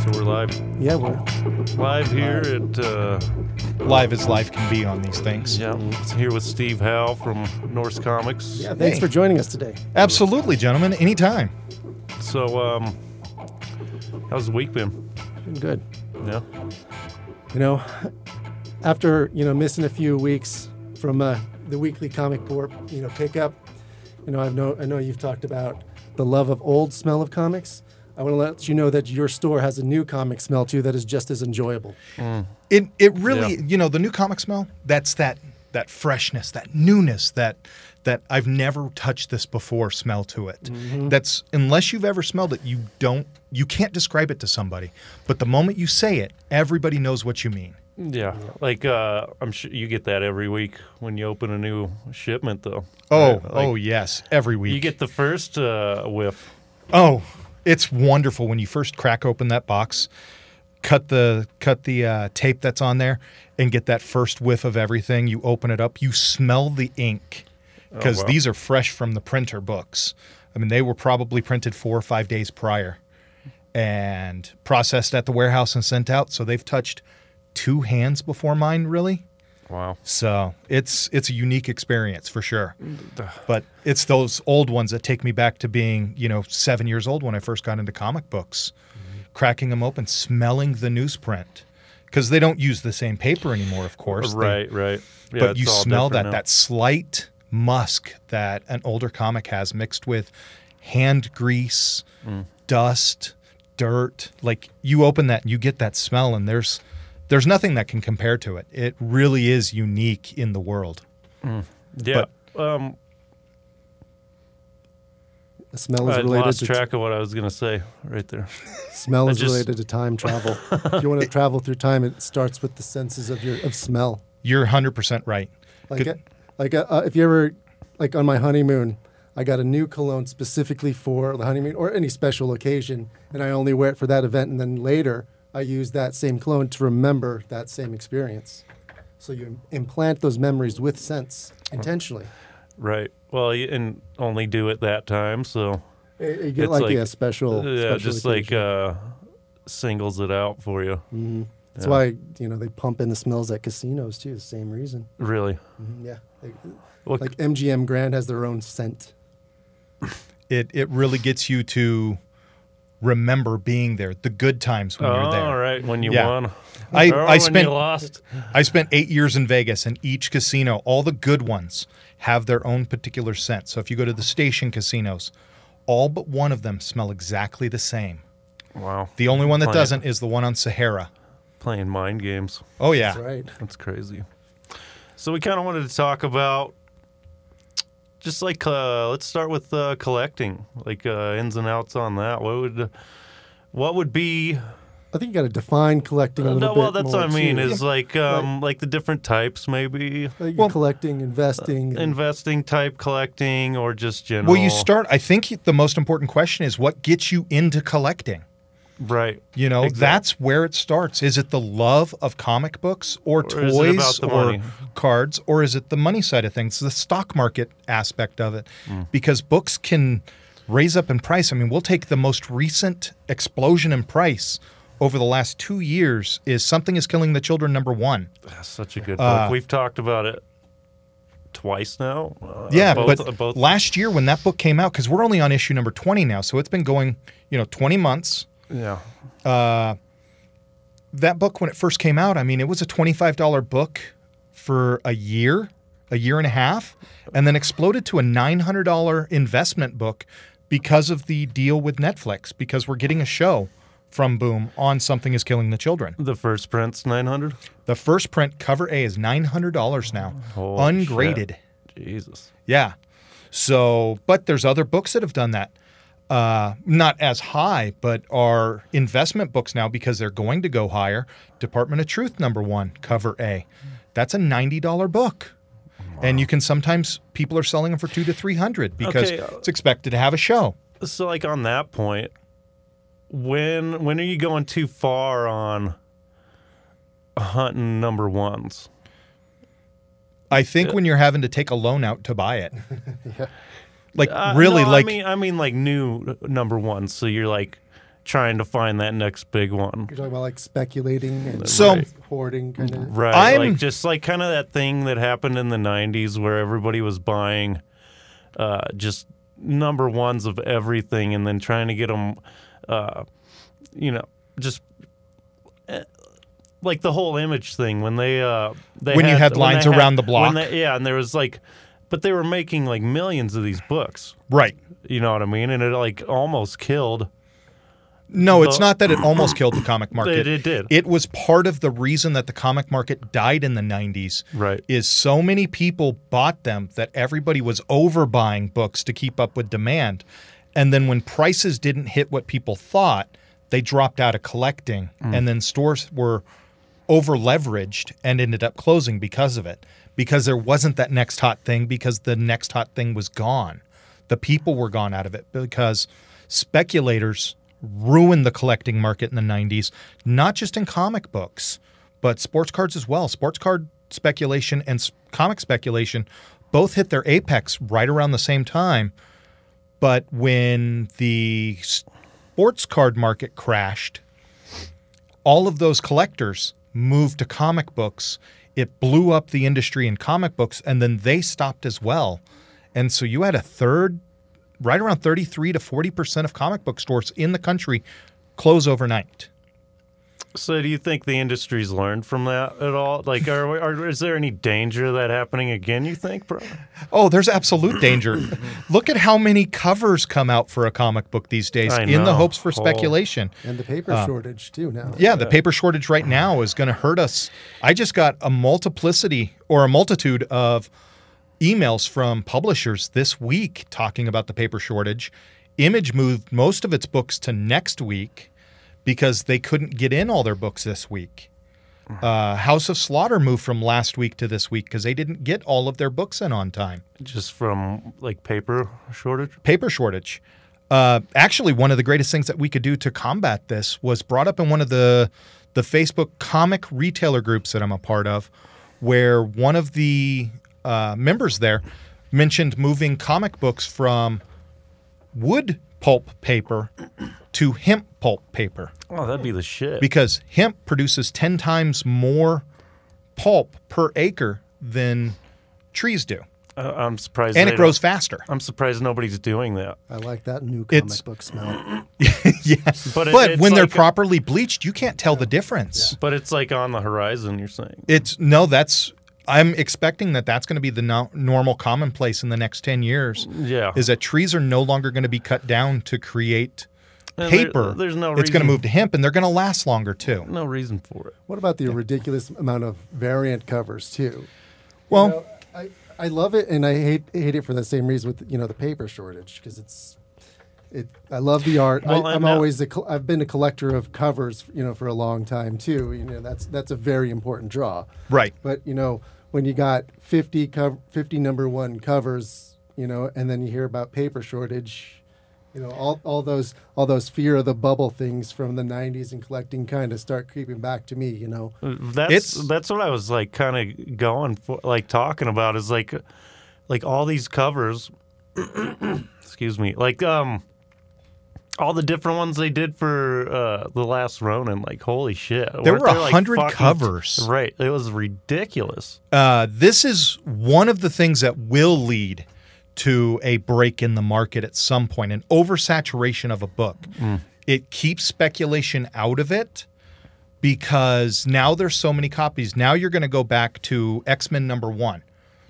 So we're live, Yeah, we're live here at uh, live as life can be on these things. yeah, here with Steve Howe from Norse Comics. yeah. Thanks Hey. for joining us today. Absolutely, gentlemen. Anytime. So, um, how's the week been? Been good. Yeah, You know, after you know missing a few weeks from uh, the weekly comic board, you know pickup. You know, I've know I know you've talked about the love of old smell of comics. I want to let you know that your store has a new comic smell too that is just as enjoyable. It it really Yeah. you know the new comic smell. That's that that freshness, that newness, that that I've never touched this before smell to it. Mm-hmm. That's unless you've ever smelled it, you don't you can't describe it to somebody. But the moment you say it, everybody knows what you mean. yeah. Like uh, I'm sure you get that every week when you open a new shipment, though. Oh, Right? Like, oh yes, every week. You get the first uh, whiff. Oh, it's wonderful when you first crack open that box, cut the cut the uh, tape that's on there, and get that first whiff of everything. You open it up, you smell the ink because wow. these are fresh from the printer books. I mean, they were probably printed four or five days prior and processed at the warehouse and sent out. So they've touched two hands before mine, really. Wow. So it's it's a unique experience for sure. But it's those old ones that take me back to being, you know, seven years old when I first got into comic books, cracking them open, smelling the newsprint. Because they don't use the same paper anymore, of course. They- Right, right. Yeah, but it's you all smell that different now. that slight musk that an older comic has mixed with hand grease, Mm. dust, dirt. Like you open that and you get that smell and there's there's nothing that can compare to it. It really is unique in the world. yeah. um, The smell is I related lost to track of what I was gonna say right there. smell I is just- related to time travel. if you want to travel through time, it starts with the senses of your of smell. You're 100% right. Like, Good- uh, like uh, uh, if you ever, like on my honeymoon, I got a new cologne specifically for the honeymoon or any special occasion, and I only wear it for that event. And then later, I use that same cologne to remember that same experience. So you im- implant those memories with scents intentionally. Right. Well, you, and only do it that time, so You- You get It's like, like- a special, yeah, special just occasion. like uh, singles it out for you. uh, that's why you know they pump in the smells at casinos too. The same reason. Really. Mhm, Yeah, They- Well, like MGM Grand has their own scent. It it really gets you to remember being there, the good times when oh, you're there. all right. When you Yeah. won. I- or I when spent- you lost. I spent eight years in Vegas, and each casino, all the good ones, have their own particular scent. So if you go to the station casinos, all but one of them smell exactly the same. Wow. The only one that Playing- doesn't is the one on Sahara. playing mind games. Oh yeah, That's right. That's crazy. So we kind of wanted to talk about just like uh, let's start with uh, collecting, like uh, ins and outs on that. What would what would be? I think you got to define collecting a Uh, little no, bit. well, that's more what I mean too. is like um, like the different types, maybe Like Well- collecting, investing, uh, and investing type collecting or just general. Well, you start. I think the most important question is what gets you into collecting. right. You know, Exact- that's where it starts. Is it the love of comic books Or or, is it about toys the or money? cards or is it the money side of things, the stock market aspect of it? Mm. Because books can raise up in price. I mean, we'll take the most recent explosion in price over the last 2 years is Something is Killing the Children number 1. That's such a good book. uh, We've talked about it twice now. Uh, Yeah, both, but uh, both last year when that book came out cuz we're only on issue number 20 now, so it's been going, you know, 20 months. yeah. that book when it first came out, I mean, it was a $25 book for a year, a year and a half, and then exploded to a $900 investment book because of the deal with Netflix because we're getting a show from Boom on Something is Killing the Children. The first print's nine hundred. The first print cover A is $900 now, Holy ungraded. Jesus. Yeah. So, but there's other books that have done that. Uh, not as high, but are investment books now because they're going to go higher. Department of Truth, number one, cover A. That's a $90 book. And you can sometimes, people are selling them for two to 300 because Okay, uh, it's expected to have a show. So like on that point, when when are you going too far on hunting number ones? I think when you're having to take a loan out to buy it, Yeah. like Uh, really, no, like I mean, I mean, like new uh, number one. So you're like trying to find that next big one, You're talking about like speculating and So- like, hoarding kind of. right? I'm- like just like kind of that thing that happened in the '90s where everybody was buying uh, just number ones of everything, and then trying to get them, uh, you know, just. eh, Like the whole image thing when they uh they When you had when they lines around the when block. they- yeah and there was like but they were making like millions of these books right. you know what I mean and it like almost killed No, it's Well- not that it almost killed the comic market. It- it did. It was part of the reason that the comic market died in the 90s. Right. Is so many people bought them that everybody was overbuying books to keep up with demand. And then when prices didn't hit what people thought, they dropped out of collecting and then stores were over leveraged and ended up closing because of it. Because there wasn't that next hot thing because the next hot thing was gone the people were gone out of it because speculators ruined the collecting market in the 90s, not just in comic books, but sports cards as well. Sports card speculation and s- comic speculation both hit their apex right around the same time. But when the sports card market crashed, all of those collectors moved to comic books. It blew up the industry in comic books, and then they stopped as well. And so you had a third, right around 33 to 40% of comic book stores in the country close overnight. So, do you think the industry's learned from that at all? Like, are, we- are is there any danger of that happening again? You think, bro? Oh, there's absolute danger. Look at how many covers come out for a comic book these days I in the know. hopes for Oh. speculation. And the paper Uh, shortage too now. Yeah, the paper shortage right now is going to hurt us. I just got a multiplicity or a multitude of emails from publishers this week talking about the paper shortage. Image moved most of its books to next week because they couldn't get in all their books this week. Uh, House of Slaughter moved from last week to this week because they didn't get all of their books in on time Just from like paper shortage? paper shortage. Uh, actually, one of the greatest things that we could do to combat this was brought up in one of the the Facebook comic retailer groups that I'm a part of, where one of the uh, members there mentioned moving comic books from wood pulp paper to hemp pulp paper Oh, that'd be the shit. because hemp produces 10 times more pulp per acre than trees do, I, I'm surprised. and they it grows faster. don't- I'm surprised nobody's doing that. I like that new comic It's- book smell. yes. But, it, but it's when they're like- properly bleached, you can't tell the difference. but it's like on the horizon. You're saying It's no, that's I'm expecting that that's going to be the no, normal commonplace in the next 10 years. Yeah. Is that trees are no longer going to be cut down to create And there- uh, paper. there's no It's going to reason- move to hemp and they're going to last longer too. no reason for it. What about the ridiculous amount of variant covers too? Well, You know, I, I love it and I hate hate it for the same reason with you know the paper shortage because it's it I love the art. Well, I, I'm I'm not- always a col- I've been a collector of covers you know for a long time too. You know that's that's a very important draw. right. But you know when you got 50 cov 50 number one covers you know and then you hear about paper shortage. You know all, all those all those fear of the bubble things from the 90s and collecting kind of start creeping back to me. You know That's It's- that's what I was like kind of going for, like talking about is like like all these covers. excuse me, like um, all the different ones they did for uh the last Ronin. Like holy shit, There Weren't were a like, hundred fucking- covers. Right, it was ridiculous. Uh, this is one of the things that will lead to a break in the market at some point, an oversaturation of a book. Mm. It keeps speculation out of it because now there's so many copies. Now you're going to go back to X Men number one,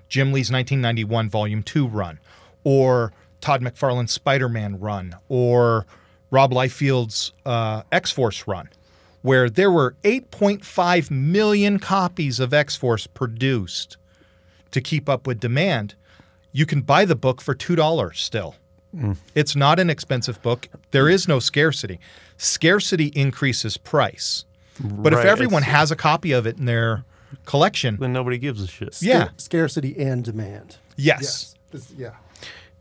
Jim Lee's 1991 Volume Two run, or Todd McFarlane's Spider Man run, or Rob Liefeld's uh, X Force run, where there were 8.5 million copies of X Force produced to keep up with demand. You can buy the book for $2 still. Mm. It's not an expensive book. There is no scarcity. Scarcity increases price. But Right, if everyone it's- has a copy of it in their collection, Then nobody gives a shit. Scar- Yeah. scarcity and demand. yes. Yes. This- yeah.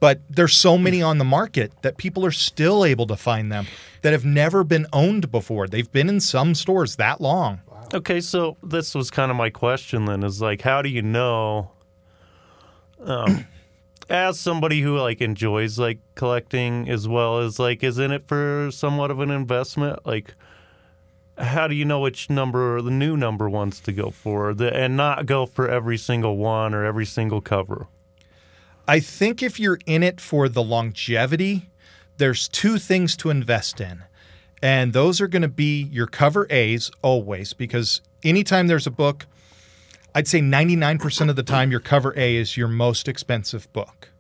but there's so many on the market that people are still able to find them that have never been owned before. They've been in some stores that long. Okay, so this was kind of my question then is like, how do you know um, as somebody who like enjoys like collecting as well as like is in it for somewhat of an investment like how do you know which number the new number ones to go for the, and not go for every single one or every single cover I think if you're in it for the longevity, there's two things to invest in. And those are going to be your cover A's always, because anytime there's a book, I'd say 99% of the time, your cover A is your most expensive book.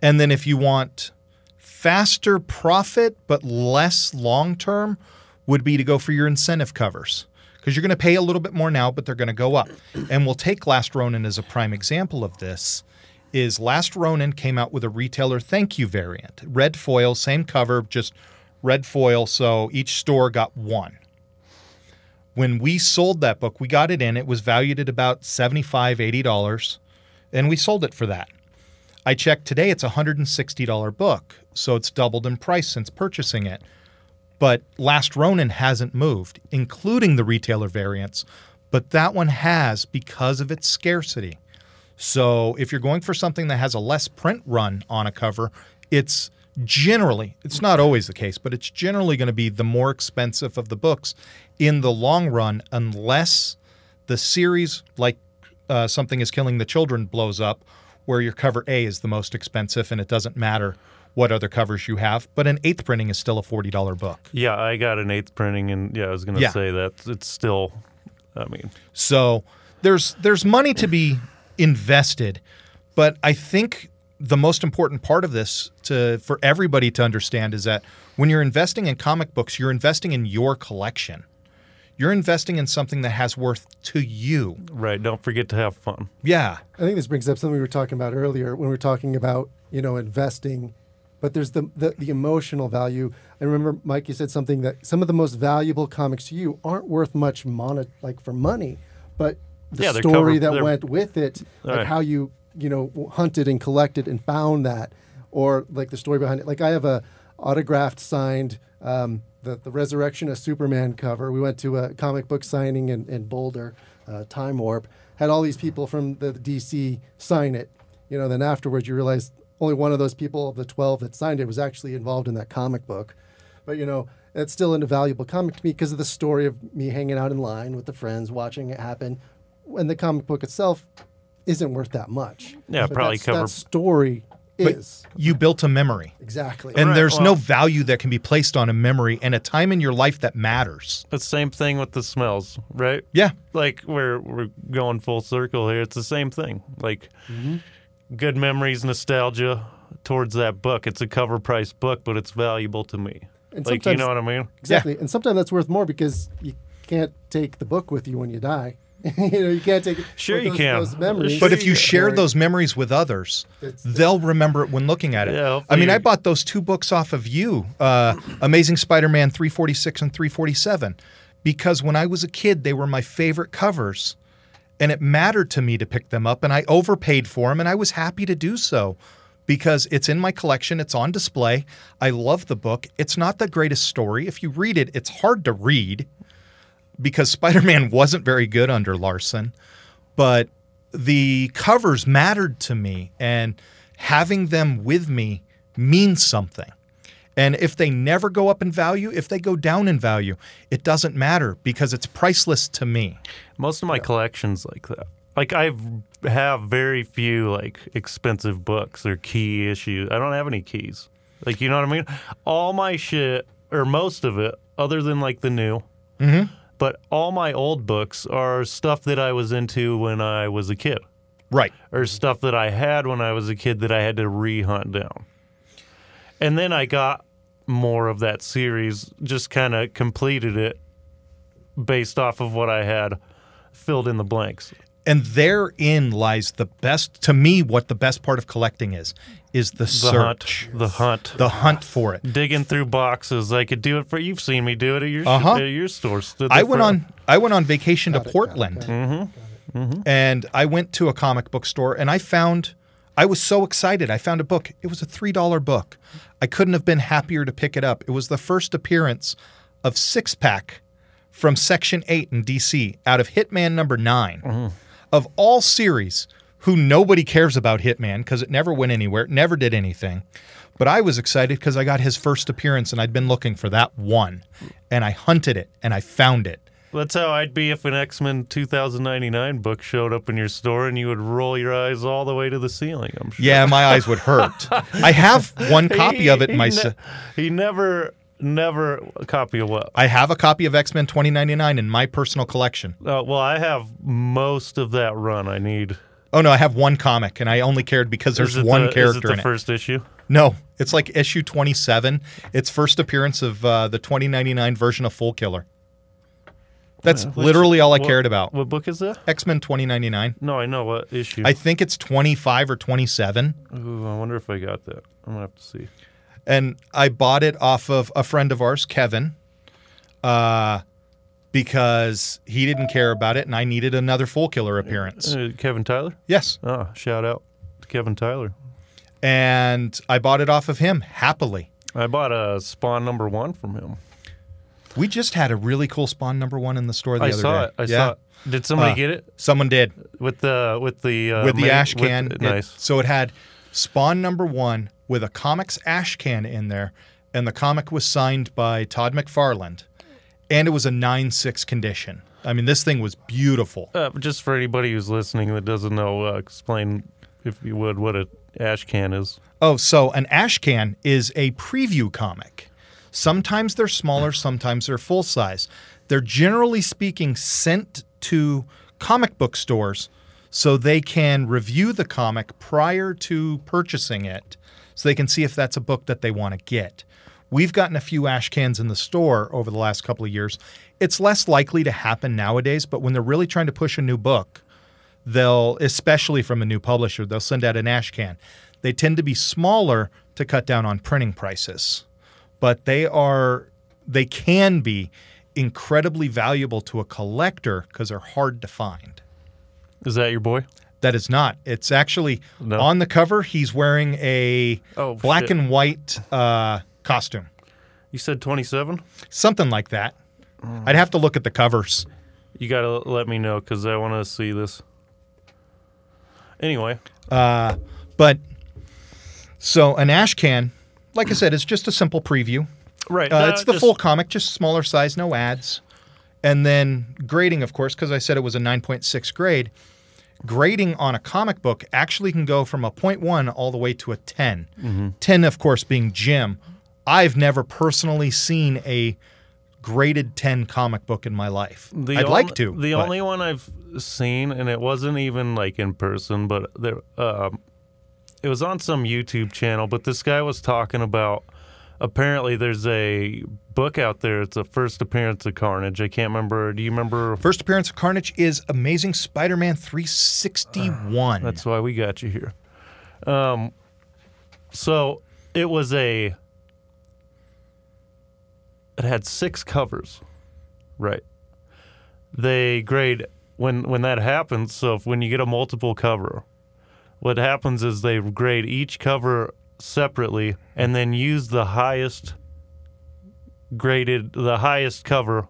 And then if you want faster profit, but less long term, would be to go for your incentive covers. Because you're going to pay a little bit more now, but they're going to go up. And we'll take Last Ronin as a prime example of this. Is Last Ronin came out with a retailer thank you variant, red foil, same cover, just red foil. So each store got one when we sold that book, we got it in. It was valued at about $75, $80, and we sold it for that. I checked today, it's a $160 book. So it's doubled in price since purchasing it. But Last Ronin hasn't moved, including the retailer variants, but that one has because of its scarcity. So if you're going for something that has a less print run on a cover, it's generally, it's not always the case, but it's generally going to be the more expensive of the books in the long run, unless the series, like uh, Something is Killing the Children, blows up, where your cover A is the most expensive and it doesn't matter what other covers you have. But an eighth printing is still a $40 book. yeah i got an eighth printing and yeah i was gonna Yeah. say that it's still i mean So there's there's money to be invested, but I think the most important part of this to for everybody to understand is that when you're investing in comic books, you're investing in your collection. You're investing in something that has worth to you. right don't forget to have fun Yeah. I think this brings up something we were talking about earlier when we were talking about you know investing, but there's the the, the emotional value. I remember Mike, you said something that some of the most valuable comics to you aren't worth much monet like for money, but the Yeah, they're story covered- that they're- went with it, like Right. how you you know hunted and collected and found that, or like the story behind it. Like I have a autographed signed. Um, the, the resurrection of Superman cover. We went to a comic book signing in, in Boulder, uh, Time Warp. Had all these people from the DC sign it. You know, then afterwards you realize only one of those people of the 12 that signed it was actually involved in that comic book. But, you know, it's still an invaluable comic to me because of the story of me hanging out in line with the friends, watching it happen. And the comic book itself isn't worth that much. Yeah, But probably that's- cover- That story is. You built a memory. exactly. And Right, there's no well- value that can be placed on a memory and a time in your life that matters. the same thing with the smells right Yeah. like we're we're going full circle here. It's the same thing. Like Mm-hmm. good memories, nostalgia towards that book. It's a cover price book, but it's valuable to me. And like you sometimes- know what I mean? Exactly. And sometimes that's worth more because you can't take the book with you when you die. you know, you can't take Sure but you those, can. Those memories. But if you Yeah. share Or- those memories with others, they'll remember it when looking at it. Yeah, I mean, hopefully- I bought those two books off of you, uh, Amazing Spider-Man 346 and 347, because when I was a kid, they were my favorite covers, and it mattered to me to pick them up, and I overpaid for them, and I was happy to do so. Because it's in my collection, it's on display. I love the book. It's not the greatest story. If you read it, it's hard to read because Spider Man wasn't very good under Larson, but the covers mattered to me, and having them with me means something. And if they never go up in value, if they go down in value, it doesn't matter because it's priceless to me. Most of my collections like that. Like I have very few like expensive books or key issues. I don't have any keys. Like you know what I mean? All my shit or most of it, other than like the new. Mm-hmm. But all my old books are stuff that I was into when I was a kid. Right. or stuff that I had when I was a kid that I had to re hunt down. And then I got more of that series, just kind of completed it based off of what I had filled in the blanks. And therein lies the best, to me, what the best part of collecting is, is the, The search, hunt, the hunt, the hunt for it. digging through boxes. I could do it for you've seen me do it at your Uh-huh. at your store. Stood I there went for- on I went on vacation Got to it, got it, Portland. got it. And I went to a comic book store and I found I was so excited. I found a book. It was a $3 book. I couldn't have been happier to pick it up. It was the first appearance of Six Pack from Section 8 in DC out of Hitman number 9. Of all series, who nobody cares about Hitman because it never went anywhere, it never did anything. But I was excited because I got his first appearance and I'd been looking for that one. And I hunted it and I found it. That's how I'd be if an X Men 2099 book showed up in your store and you would roll your eyes all the way to the ceiling. I'm sure. Yeah, my eyes would hurt. I have one copy of it in my. He, se- ne- he never, never a copy of what? I have a copy of X Men 2099 in my personal collection. Uh, well, I have most of that run. I need. Oh no, I have one comic, and I only cared because Is there's it one the, character Is it the in it. first issue? No, it's like issue 27. It's first appearance of uh, the 2099 version of Full Killer. That's Which- literally all I what- cared about. What book is that? X Men 2099. No, I know what issue. I think it's 25 or 27, Ooh, I wonder if I got that. I'm gonna have to see. and I bought it off of a friend of ours, Kevin, uh, because he didn't care about it, and I needed another Full Killer appearance. Uh, Kevin Tyler. Yes, Oh, shout out to Kevin Tyler. and I bought it off of him happily. I bought a Spawn number one from him. We just had a really cool Spawn number one in the store the I other saw day. it. I Yeah. saw it. Did somebody Uh, get it Someone did. with the with the uh, with the main- ash can. With, It- nice. so it had Spawn number one with a comics ash can in there, and the comic was signed by Todd McFarland, and it was a nine six condition. I mean, this thing was beautiful. Uh, just for anybody who's listening that doesn't know, uh, explain if you would what a ash can is. Oh, so an ash can is a preview comic. Sometimes they're smaller, sometimes they're full size. They're generally speaking sent to comic book stores so they can review the comic prior to purchasing it so they can see if that's a book that they want to get. We've gotten a few ash cans in the store over the last couple of years. It's less likely to happen nowadays, but when they're really trying to push a new book, they'll especially from a new publisher they'll send out an ash can they tend to be smaller to cut down on printing prices but they are they can be incredibly valuable to a collector because they're hard to find Is that your boy? that is not it's actually No. on the cover he's wearing a Oh, black shit. and white uh, costume You said 27. something like that Mm. i'd have to look at the covers You gotta let me know because I want to see this. Anyway, but so an ash can like i said it's just a simple preview right? Uh, no, it's the just- full comic, just smaller size, no ads. And then grading, of course, because I said it was a 9.6 grade. Grading on a comic book actually can go from a 0.1 all the way to a 10. 10, of course, being Jim. I've never personally seen a graded 10 comic book in my life. The I'd on- like to. The but only one I've seen, and it wasn't even like in person, but there, um, it was on some YouTube channel. But this guy was talking about apparently there's a book out there. It's a first appearance of Carnage. I can't remember. Do you remember? First appearance of Carnage is Amazing Spider Man 361. That's why we got you here. Um, so it was a. It had six covers, right? They grade when when that happens. So if, when you get a multiple cover, what happens is they grade each cover separately and then use the highest graded the highest cover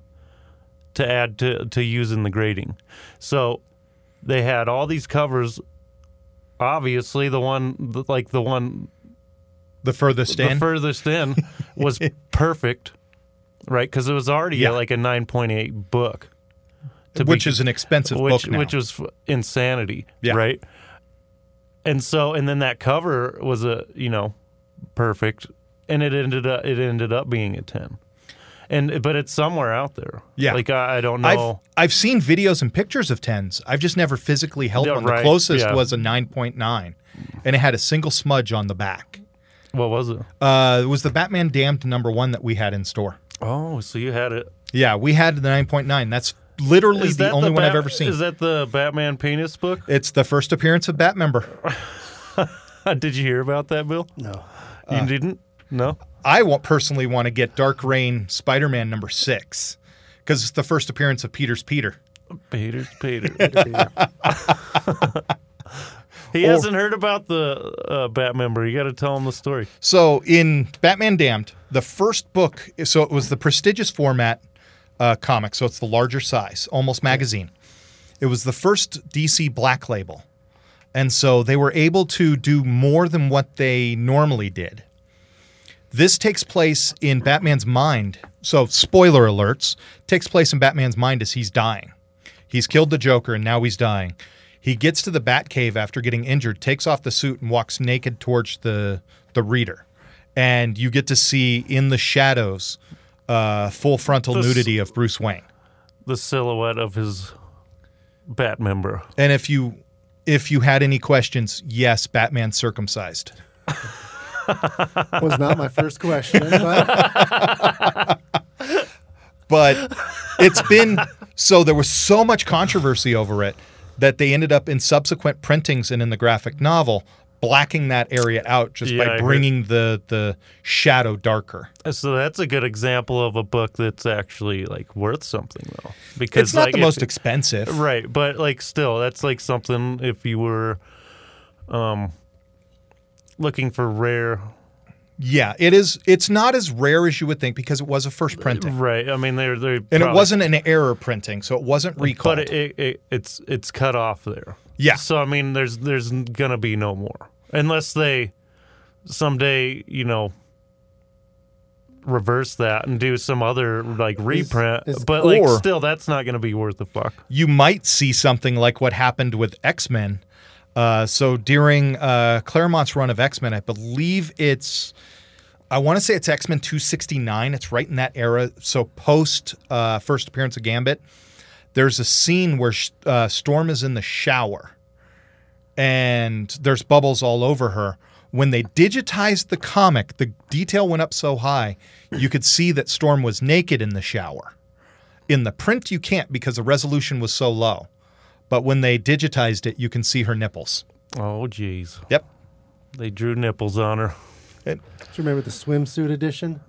to add to to use in the grading. So they had all these covers. Obviously, the one th- like the one the furthest in. the furthest in was perfect, right? Because it was already Yeah. like a nine point eight book, to which be- is an expensive which book now. which was f- insanity, Yeah. right? And so, and then that cover was a you know perfect, and it ended up it ended up being a ten, and but it's somewhere out there. Yeah. like I, I don't know. I've I've seen videos and pictures of tens. I've just never physically held Yeah, one. right, The closest yeah. was a nine point nine, and it had a single smudge on the back. what was it? Uh, it was the Batman Damned number one that we had in store. Oh, so you had it. Yeah, we had the nine point nine. That's literally Is the that only one I've Bat- ever seen. Is that the Batman penis book? it's the first appearance of Batmember. Did you hear about that, Bill? No. Ah. You didn't? No. I wa- personally want to get Dark Reign Spider Man number six because it's the first appearance of Peter's Peter. Peter's Peter. Oh. he hasn't heard about the uh, Bat member. You got to tell him the story. So in Batman Damned, the first book, so it was the prestigious format uh, comic, so it's the larger size, almost magazine. It was the first DC Black Label. And so they were able to do more than what they normally did. This takes place in Batman's mind. So, spoiler alerts takes place in Batman's mind as he's dying. He's killed the Joker and now he's dying. He gets to the Batcave after getting injured, takes off the suit and walks naked towards the the reader. And you get to see in the shadows uh, full frontal This- nudity of Bruce Wayne. the silhouette of his bat member. And if you if you had any questions, yes, Batman circumcised. was not my first question. But but it's been so there was so much controversy over it that they ended up in subsequent printings and in the graphic novel blacking that area out just Yeah, I by heard- bringing the the shadow darker. Uh, So that's a good example of a book that's actually like worth something though. Because It's not like, the if- most expensive. right, but like still, that's like something if you were, um, looking for rare. Yeah, it is it's not as rare as you would think because it was a first printing. Right. I mean, they're they And it wasn't an error printing, so it wasn't recalled. But it, it, it, it's it's cut off there. Yeah. So I mean, there's there's gonna be no more unless they someday you know reverse that and do some other like reprint. is- but like or- still, that's not gonna be worth the fuck. you might see something like what happened with X Men. Uh, so during uh, Claremont's run of X Men, I believe it's, I want to say it's X Men 269. It's right in that era. So post uh, first appearance of Gambit, there's a scene where sh- uh, Storm is in the shower and there's bubbles all over her. When they digitized the comic, the detail went up so high, you could see that Storm was naked in the shower. In the print, you can't because the resolution was so low. But when they digitized it, you can see her nipples. Oh jeez, Yep. they drew nipples on her. do you remember the swimsuit edition?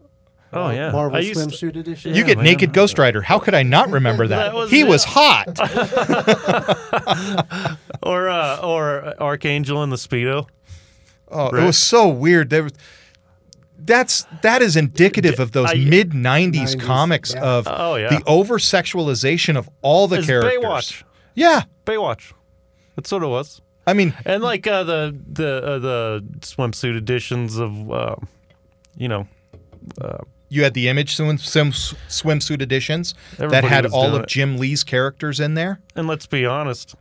Oh yeah, Uh, Marvel I used to- swimsuit edition. you get man. naked Ghost Rider. How could I not remember that? That was- he yeah. was hot. or uh, or Archangel and the Speedo. Oh, it Right. was so weird. There was, that's that is indicative of those I- mid '90s 90s, comics yeah. of Oh, yeah. the over sexualization of all the It's characters. Baywatch. Yeah, Baywatch. That's what it was. I mean, And like uh, the the uh, the swimsuit editions of, uh, you know, you had the image swim, swim, swimsuit editions that Everybody had was all doing of it. Jim Lee's characters in there. and let's be honest.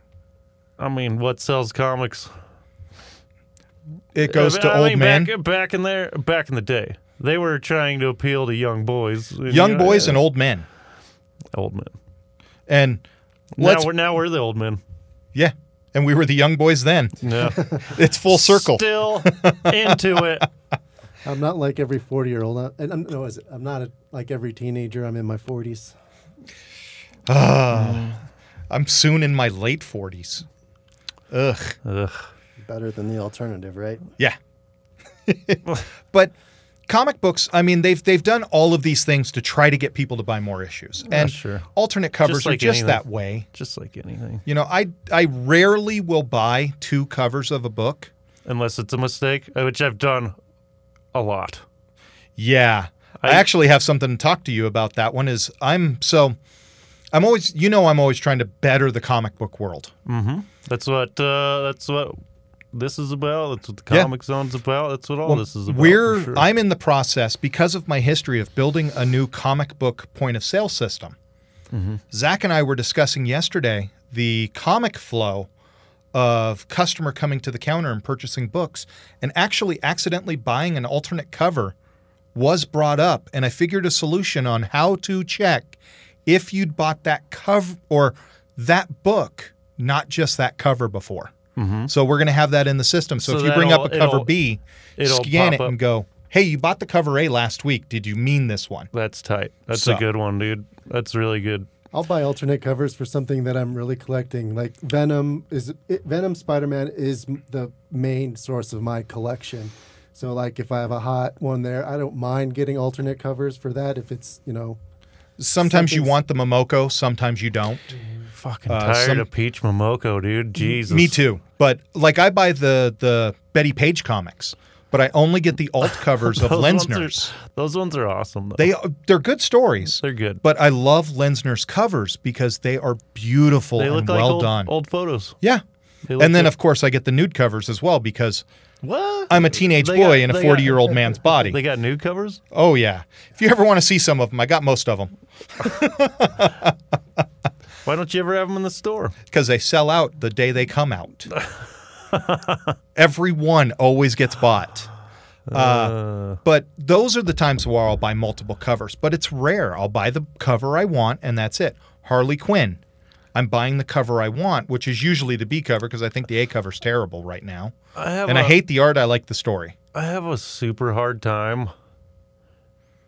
I mean, what sells comics? It goes to Uh, I old mean, men. Back, back in there, back in the day, they were trying to appeal to young boys, young boys and old men. old men. And let's Now we're now we're the old men. yeah, and we were the young boys then. Yeah, It's full circle. Still into it. I'm not like every 40 year old, and I'm, no, is it? I'm not a, like every teenager. I'm in my 40s. I'm soon in my late 40s. Ugh. Ugh. Better than the alternative, right? Yeah. but comic books, I mean, they've they've done all of these things to try to get people to buy more issues. And sure. alternate covers Just like are just anything. that way. Just like anything, You know, I I rarely will buy two covers of a book. unless it's a mistake, uh, which I've done a lot. Yeah. I, I- actually have something to talk to you about that one is I'm so I'm always you know I'm always trying to better the comic book world. That's what uh, that's what this is about. That's what the Yeah. comic zone's about. That's what all this is about. for We're sure. I'm in the process because of my history of building a new comic book point of sale system. Zach and I were discussing yesterday the comic flow of customer coming to the counter and purchasing books and actually accidentally buying an alternate cover was brought up and I figured a solution on how to check if you'd bought that cover or that book not just that cover before. So we're going to have that in the system. So, So if you bring up a that'll- cover it'll- B, it'll scan pop it up. and go, "Hey, you bought the cover A last week. Did you mean this one?" That's tight. That's So. a good one, dude. That's really good. I'll buy alternate covers for something that I'm really collecting. Like Venom is it, Venom Spider-Man is m- the main source of my collection. So like if I have a hot one there, I don't mind getting alternate covers for that if it's, you know, Sometimes you Something's- want the Momoko, sometimes you don't. Fucking Uh, tired some- of Peach Momoko, dude. Jesus. Me too. But like I buy the the Betty Page comics, but I only get the alt covers of ones are- Lensner's. those ones are awesome. Though. They they're good stories. they're good. But I love Lensner's covers because they are beautiful they and look like well old, done. old photos. Yeah. They look And then, at- of course, I get the nude covers as well because what? I'm a teenage They got- boy in a they got- 40 year old man's they body. got nude covers? Oh, yeah. If you ever want to see some of them, I got most of them Why don't you ever have them in the store? because they sell out the day they come out. Every one always gets bought. Uh, but those are the times where I'll buy multiple covers, but it's rare. I'll buy the cover I want and that's it. Harley Quinn. I'm buying the cover I want, which is usually the B cover because I think the A cover's terrible right now. I have And I a- hate the art, I like the story. I have a super hard time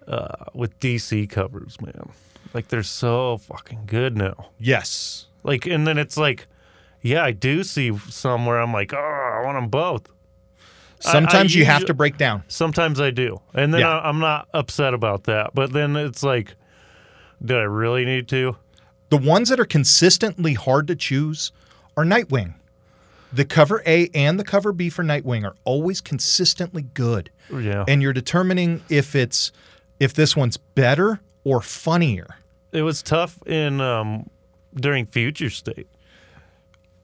uh, with DC covers, man. Like they're so fucking good now. Yes. Like, and then it's like, yeah, I do see some where I'm like, oh, I want them both. I- I Sometimes you have usu- to break down. Sometimes I do, and then Yeah. I, I'm not upset about that. But then it's like, did I really need to? The ones that are consistently hard to choose are Nightwing. The cover A and the cover B for Nightwing are always consistently good. Yeah, And you're determining if it's if this one's better or funnier. it was tough in um, during Future State.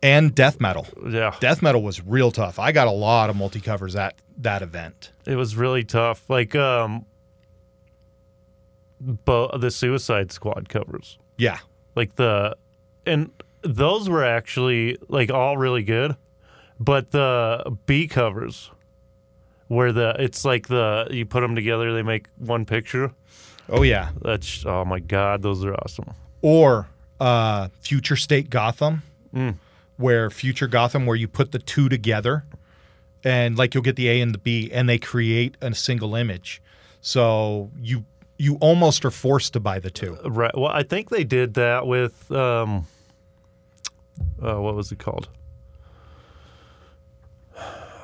And death metal. Yeah, Death metal was real tough. I got a lot of multi covers at that event. it was really tough. Like, um, bo- the Suicide Squad covers. Yeah. like the and those were actually like all really good but the b covers where the it's like the you put them together they make one picture Oh yeah. that's oh my god those are awesome Or uh, Future State Gotham, where Future Gotham, where you put the two together, and like you'll get the A and the B, and they create a single image. So you you almost are forced to buy the two. right well i think they did that with um uh, what was it called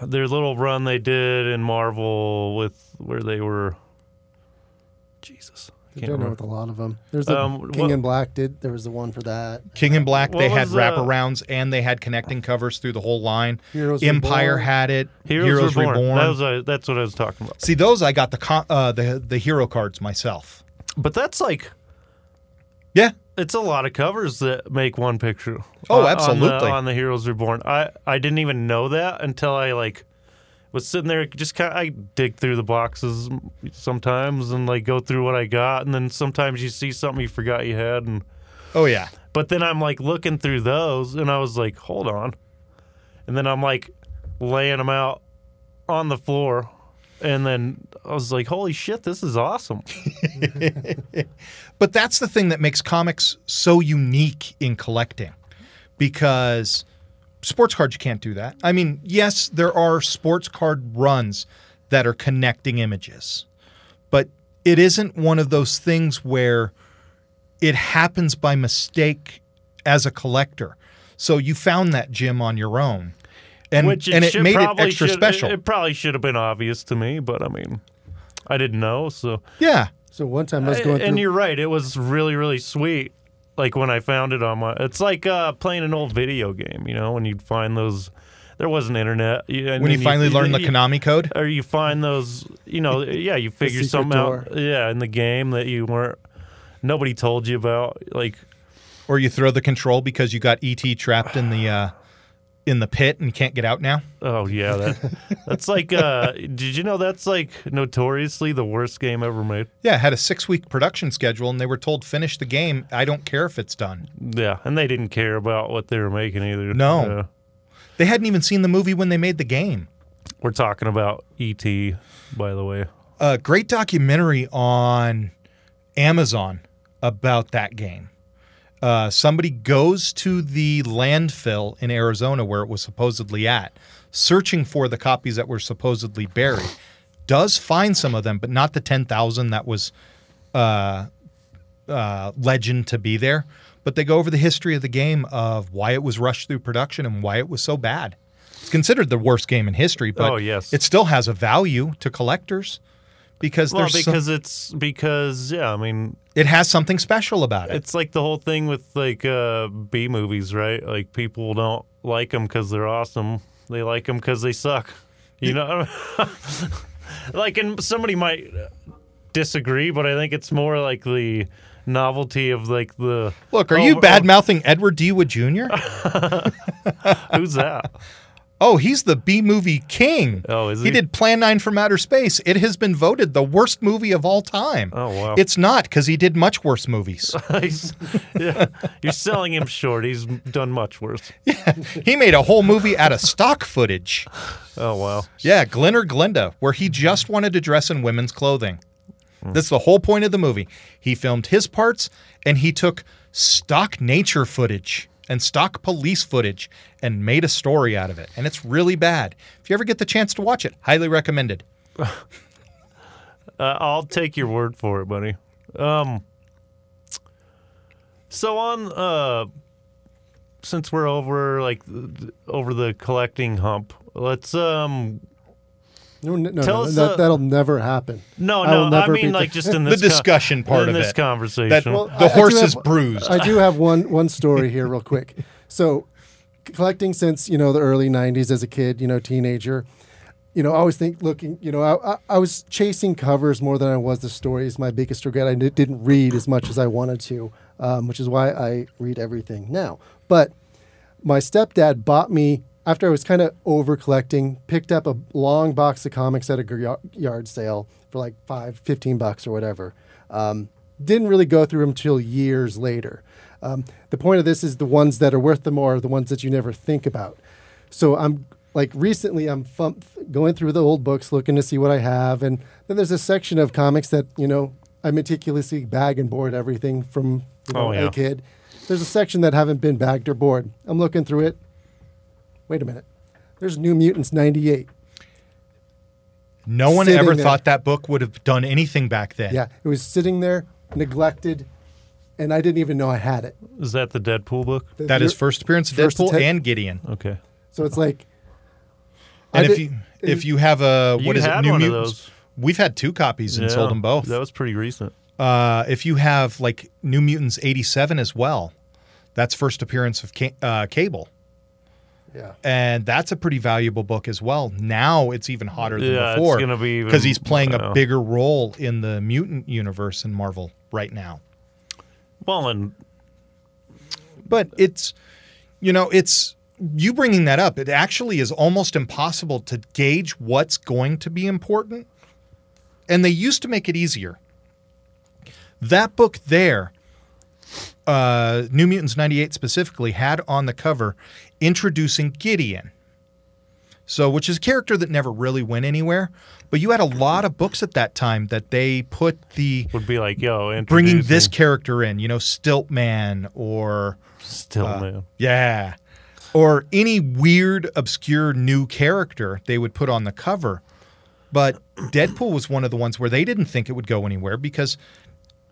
their little run they did in marvel with where they were jesus I They're can't doing it remember. with a lot of them. There's the Um, King what- and Black did. There was the one for that. King and Black, What they had was, uh, wraparounds and they had connecting covers through the whole line. Heroes Empire Reborn. had it. Heroes, Reborn. That was a, that's what I was talking about. See, those I got the co- uh, the the hero cards myself. But that's like Yeah, it's a lot of covers that make one picture. on- Oh, On absolutely. the, on the Heroes Reborn, I I didn't even know that until I like was sitting there just kind of I dig through the boxes sometimes and like go through what I got and then sometimes you see something you forgot you had and oh yeah. but then I'm like looking through those and I was like, hold on. And then I'm like laying them out on the floor and then I was like, holy shit, this is awesome. But that's the thing that makes comics so unique in collecting because sports cards, you can't do that. I mean, yes, there are sports card runs that are connecting images, but it isn't one of those things where it happens by mistake as a collector. So you found that gem on your own. And, Which it Mm. and it should- made it probably extra should- special. It, it probably should have been obvious to me, but I mean, I didn't know. So, yeah. So one time I was going Uh, and through. you're right. It was really, really sweet. Like when I found it on my, it's like uh, playing an old video game. You know, when you'd find those, there wasn't internet. and When you then finally learn the you- Konami code. or you find those, you know, yeah, you figure secret something door. out, yeah, in the game that you weren't, nobody told you about. Like, or you throw the control because you got ET trapped in the uh, in the pit and can't get out now. oh yeah, that, that's like, uh, did you know that's like notoriously the worst game ever made? Yeah, it had a six week production schedule, and they were told finish the game. I don't care if it's done. Yeah, and they didn't care about what they were making either. No. Uh, They hadn't even seen the movie when they made the game. we're talking about E.T., by the way. A great documentary on Amazon about that game. Uh, somebody goes to the landfill in Arizona where it was supposedly at, searching for the copies that were supposedly buried. Does find some of them, but not the ten thousand that was uh, legend to be there, but they go over the history of the game of why it was rushed through production and why it was so bad. It's considered the worst game in history, but Oh, yes. it still has a value to collectors because Well, there's some- because it's because yeah, I mean, it has something special about it. it's like the whole thing with like uh, B movies, right? Like people don't like them because they're awesome; they like them because they suck. You know, like and somebody might disagree, but I think it's more like the novelty of like the Look, are you oh, bad mouthing Edward D. Wood Jr.? Who's that? Oh, he's the B movie king. Oh, is He he? did Plan 9 from Outer Space. It has been voted the worst movie of all time. Oh, wow. It's not because he did much worse movies. He's- yeah, you're selling him short. He's done much worse. he made a whole movie out of stock footage. Oh wow. Yeah, Glen or Glenda, where he just wanted to dress in women's clothing. Hmm. That's the whole point of the movie. He filmed his parts and he took stock nature footage and stock police footage and made a story out of it. And it's really bad. If you ever get the chance to watch it, highly recommended. Uh, I'll take your word for it, buddy. Um, so on, uh, since we're over like th- th- over the collecting hump, let's um, No, no, no, Tell no, us, that, uh, that'll never happen. no, I will no, I never mean be- like just in this con- discussion part in of this it. conversation. That I- the I do horse have- is bruised. I do have one one story here, real quick. So, c- collecting since you know the early '90s as a kid, you know, teenager, you know, I always think looking, you know, I, I, I was chasing covers more than I was the stories. My biggest regret, I n- didn't read as much as I wanted to, um, which is why I read everything now. But my stepdad bought me after I was kind of over collecting, picked up a long box of comics at a gar- yard sale for like five, 15 bucks or whatever. Um, didn't really go through them until years later. Um, the point of this is the ones that are worth the more are the ones that you never think about. So I'm like recently I'm fum- going through the old books looking to see what I have, and then there's a section of comics that you know I meticulously bag and board everything from you know, Oh, yeah. a kid. There's a section that haven't been bagged or board. I'm looking through it. Wait a minute. There's New Mutants '98. No one Sitting ever there. thought that book would have done anything back then. Yeah, it was sitting there, neglected, and I didn't even know I had it. is that the Deadpool book? That is first appearance of First Deadpool atta- and Gideon. Okay. So it's like, I And if did- you if you have a what You is had it New one of Mutants? those. We've had two copies and sold Yeah, them both. That was pretty recent. Uh, if you have like New Mutants 87 as well, that's first appearance of ca- uh, Cable. yeah. And that's a pretty valuable book as well. Now it's even hotter than Yeah, it's before. gonna be even- because he's playing a wow. bigger role in the mutant universe in Marvel right now. Well, and But it's, you know, it's you bringing that up. It actually is almost impossible to gauge what's going to be important. And they used to make it easier. That book there, uh, New Mutants 98 specifically, had on the cover introducing Gideon. So, which is a character that never really went anywhere. But you had a lot of books at that time that they put the would be like, yo, bringing introducing this character in, you know, Stilt Man or still Uh, man. yeah. Or any weird, obscure new character they would put on the cover. But Deadpool was one of the ones where they didn't think it would go anywhere because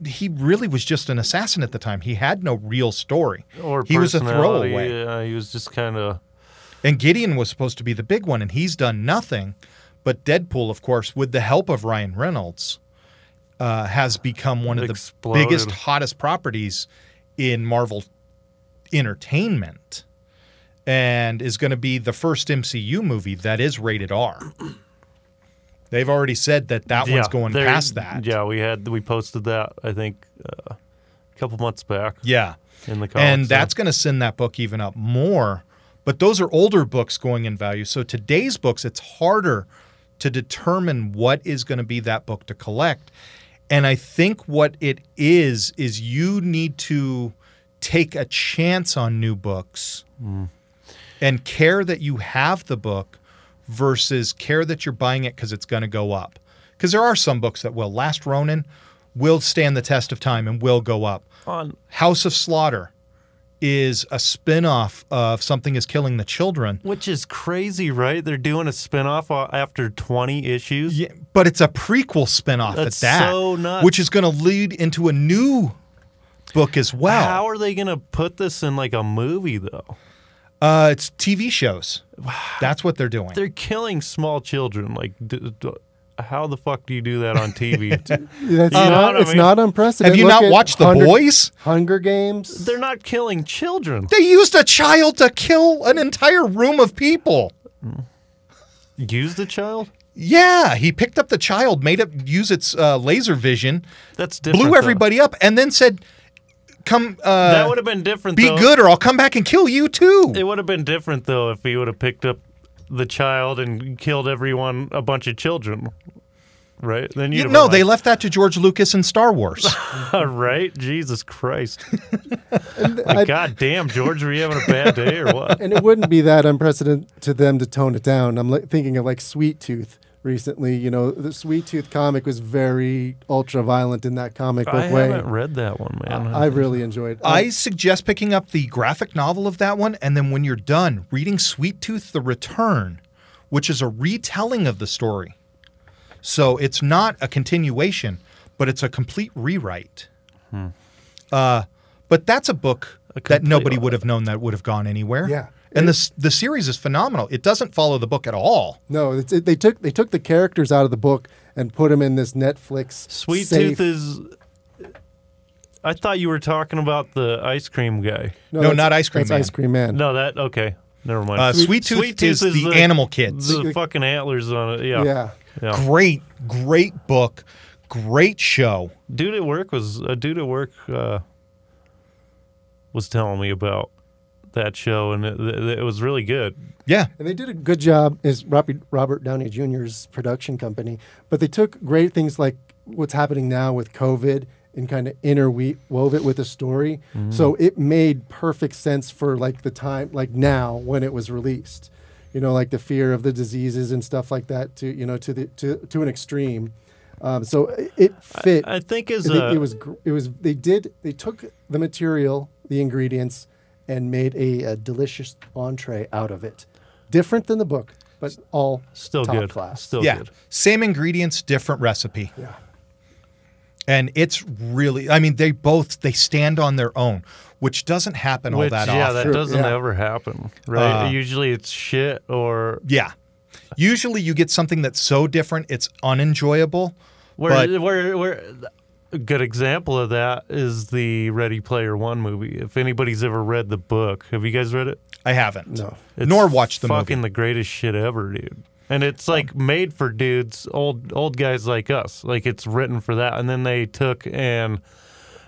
he really was just an assassin at the time. He had no real story. Or he was a personality, throwaway. Yeah, he was just kind of. And Gideon was supposed to be the big one, and he's done nothing. But Deadpool, of course, with the help of Ryan Reynolds, uh, has become one of Exploded. the biggest, hottest properties in Marvel entertainment and is going to be the first MCU movie that is rated R. They've already said that that one's going there- past that. Yeah, we had we posted that I think uh, a couple months back Yeah. in the comments. and that's going to send that book even up more. But those are older books going in value. So today's books, it's harder to determine what is going to be that book to collect. And I think what it is, is you need to take a chance on new books and care that you have the book versus care that you're buying it because it's going to go up. Because there are some books that will. Last Ronin will stand the test of time and will go up. on House of Slaughter is a spin-off of Something is Killing the Children. which is crazy, right? They're doing a spinoff uh, after 20 issues. Yeah, but it's a prequel spin-off That's at that. so nuts. Which is going to lead into a new book as well. How are they going to put this in like a movie though? Uh, it's TV shows. That's what they're doing. They're killing small children. Like, d- d- how the fuck do you do that on TV? That's You know not, what I it's mean? not unprecedented. Have you Look not at watched The 100 Boys? Hunger Games. They're not killing children. They used a child to kill an entire room of people. Use the child. Yeah, he picked up the child, made it use its uh, laser vision, That's different. blew though. everybody up, and then said, come uh, that would have been different. be though. good or I'll come back and kill you too. It would have been different though if he would have picked up the child and killed everyone, a bunch of children, right? Then You- you'd no, have they been left that to George Lucas and Star Wars. like, "All right, Jesus Christ, I- like, God damn, George, were you having a bad day or what? and it wouldn't be that unprecedented to them to tone it down. I'm like, thinking of like Sweet Tooth recently. You know, the Sweet Tooth comic was very ultra violent in that comic book I way. haven't read that one, man. I really enjoyed. I suggest picking up the graphic novel of that one, and then when you're done, reading Sweet Tooth the Return, which is a retelling of the story. So it's not a continuation, but it's a complete rewrite. Uh, but that's a book that complete- nobody would have known that would have gone anywhere. Yeah. And this the series is phenomenal. It doesn't follow the book at all. no, it's, it, they took they took the characters out of the book and put them in this Netflix Sweet safe- Tooth is. I thought you were talking about the ice cream guy. No, that's- not Ice Cream that's Man. Ice Cream Man. No, that okay. Never mind. Uh, Sweet, Tooth is, the, animal kids. The fucking antlers on it. Yeah. Yeah. Yeah. Great, great book, great show. dude at work was a dude at work uh, was telling me about that show and it, it, it was really good Yeah. And they did a good job as Robbie- Robert Downey Jr.'s production company, but they took great things like what's happening now with COVID and kind of interwove it with a story. Mm-hmm. So it made perfect sense for like the time, like now when it was released. You know, like the fear of the diseases and stuff like that to you know to the to to an extreme. Um, so it- it fit. i think uh, as I think a it was gr- it was they did they took the material the ingredients and made a, a delicious entree out of it different than the book but all still top good class still yeah. good Same ingredients, different recipe. yeah And it's really I mean, they both they stand on their own, which doesn't happen which all that Uh, yeah often. that doesn't Yeah. ever happen right usually it's shit or yeah. Usually you get something that's so different it's unenjoyable. where, but- where where a good example of that is the ready player one movie if anybody's ever read the book have you guys read it I haven't. No. Nor watched the fucking movie. the greatest shit ever, dude. And it's like made for dudes, old old guys like us. Like it's written for that. And then they took and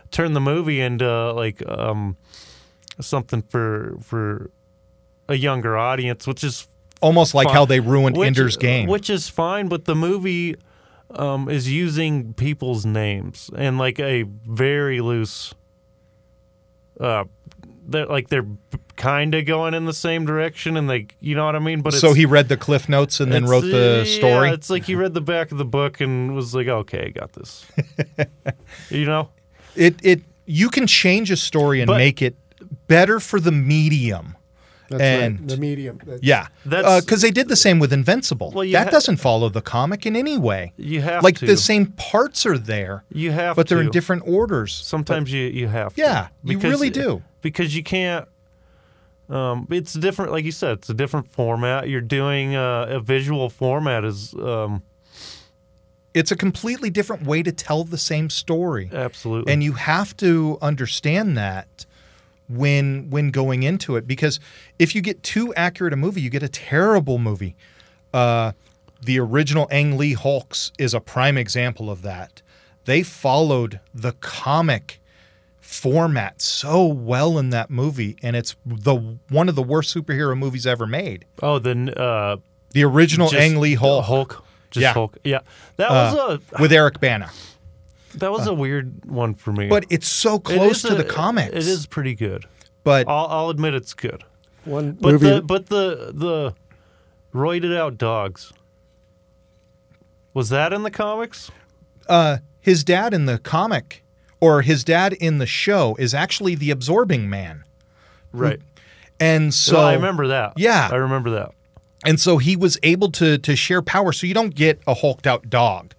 turned the movie into like um something for for a younger audience, which is Almost like fine. how they ruined which- uh, Ender's game. which is fine. But the movie um, is using people's names and like a very loose. Uh, they're like they're kind of going in the same direction, and they, you know what I mean. But so it's, he read the cliff notes and then it's- wrote the yeah, story. it's like he read the back of the book and was like, "Okay, I got this." you know, It it you can change a story and But- make it better for the medium. that's and right the medium That's- yeah, That's- because they did the same with Invincible. Well, you that ha- doesn't follow the comic in any way. you have like to. the same parts are there, You have, but they're to. in different orders. Sometimes you you have to. Yeah, you really do. because you can't. Um, it's different, like you said. It's a different format. You're doing uh, a visual format is um, It's a completely different way to tell the same story, absolutely. and you have to understand that when when going into it. Because if you get too accurate a movie, you get a terrible movie. Uh, the original Ang Lee Hulks is a prime example of that. They followed the comic format so well in that movie, and it's the one of the worst superhero movies ever made. oh, then uh, The original just- Ang Lee Hulk Hulk, just Yeah. Uh, Hulk. Yeah, that was with Eric Bana, a that was a weird one for me. uh. but it's so It close is to a- the comics. It is pretty good. but I'll, I'll admit it's good. one But movie the but the the roided out dogs. Was that in the comics? uh, his dad in the comic or his dad in the show is actually the Absorbing Man, Mm. Right. and so I remember that. Yeah. I remember that. and so he was able to to share power. So you don't get a hulked out dog,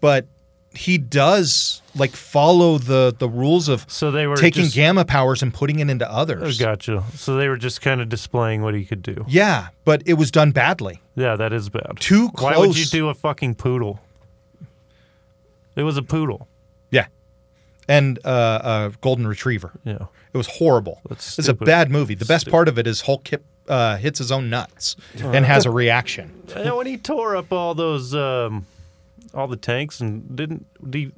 but he does like follow the the rules of So they were taking just- gamma powers and putting it into Oh, others. gotcha. So they were just kind of displaying what he could do. Yeah, but it was done badly. Yeah, that is bad. Too Why would you close. do a fucking poodle? It was a poodle. Yeah, and uh, uh, Golden Retriever. Yeah. It was horrible. That's it's a stupid. bad movie. The best part of it is Hulk hit, uh, hits his own nuts and has a reaction. And when he tore up all those, um, all the tanks, and didn't did he,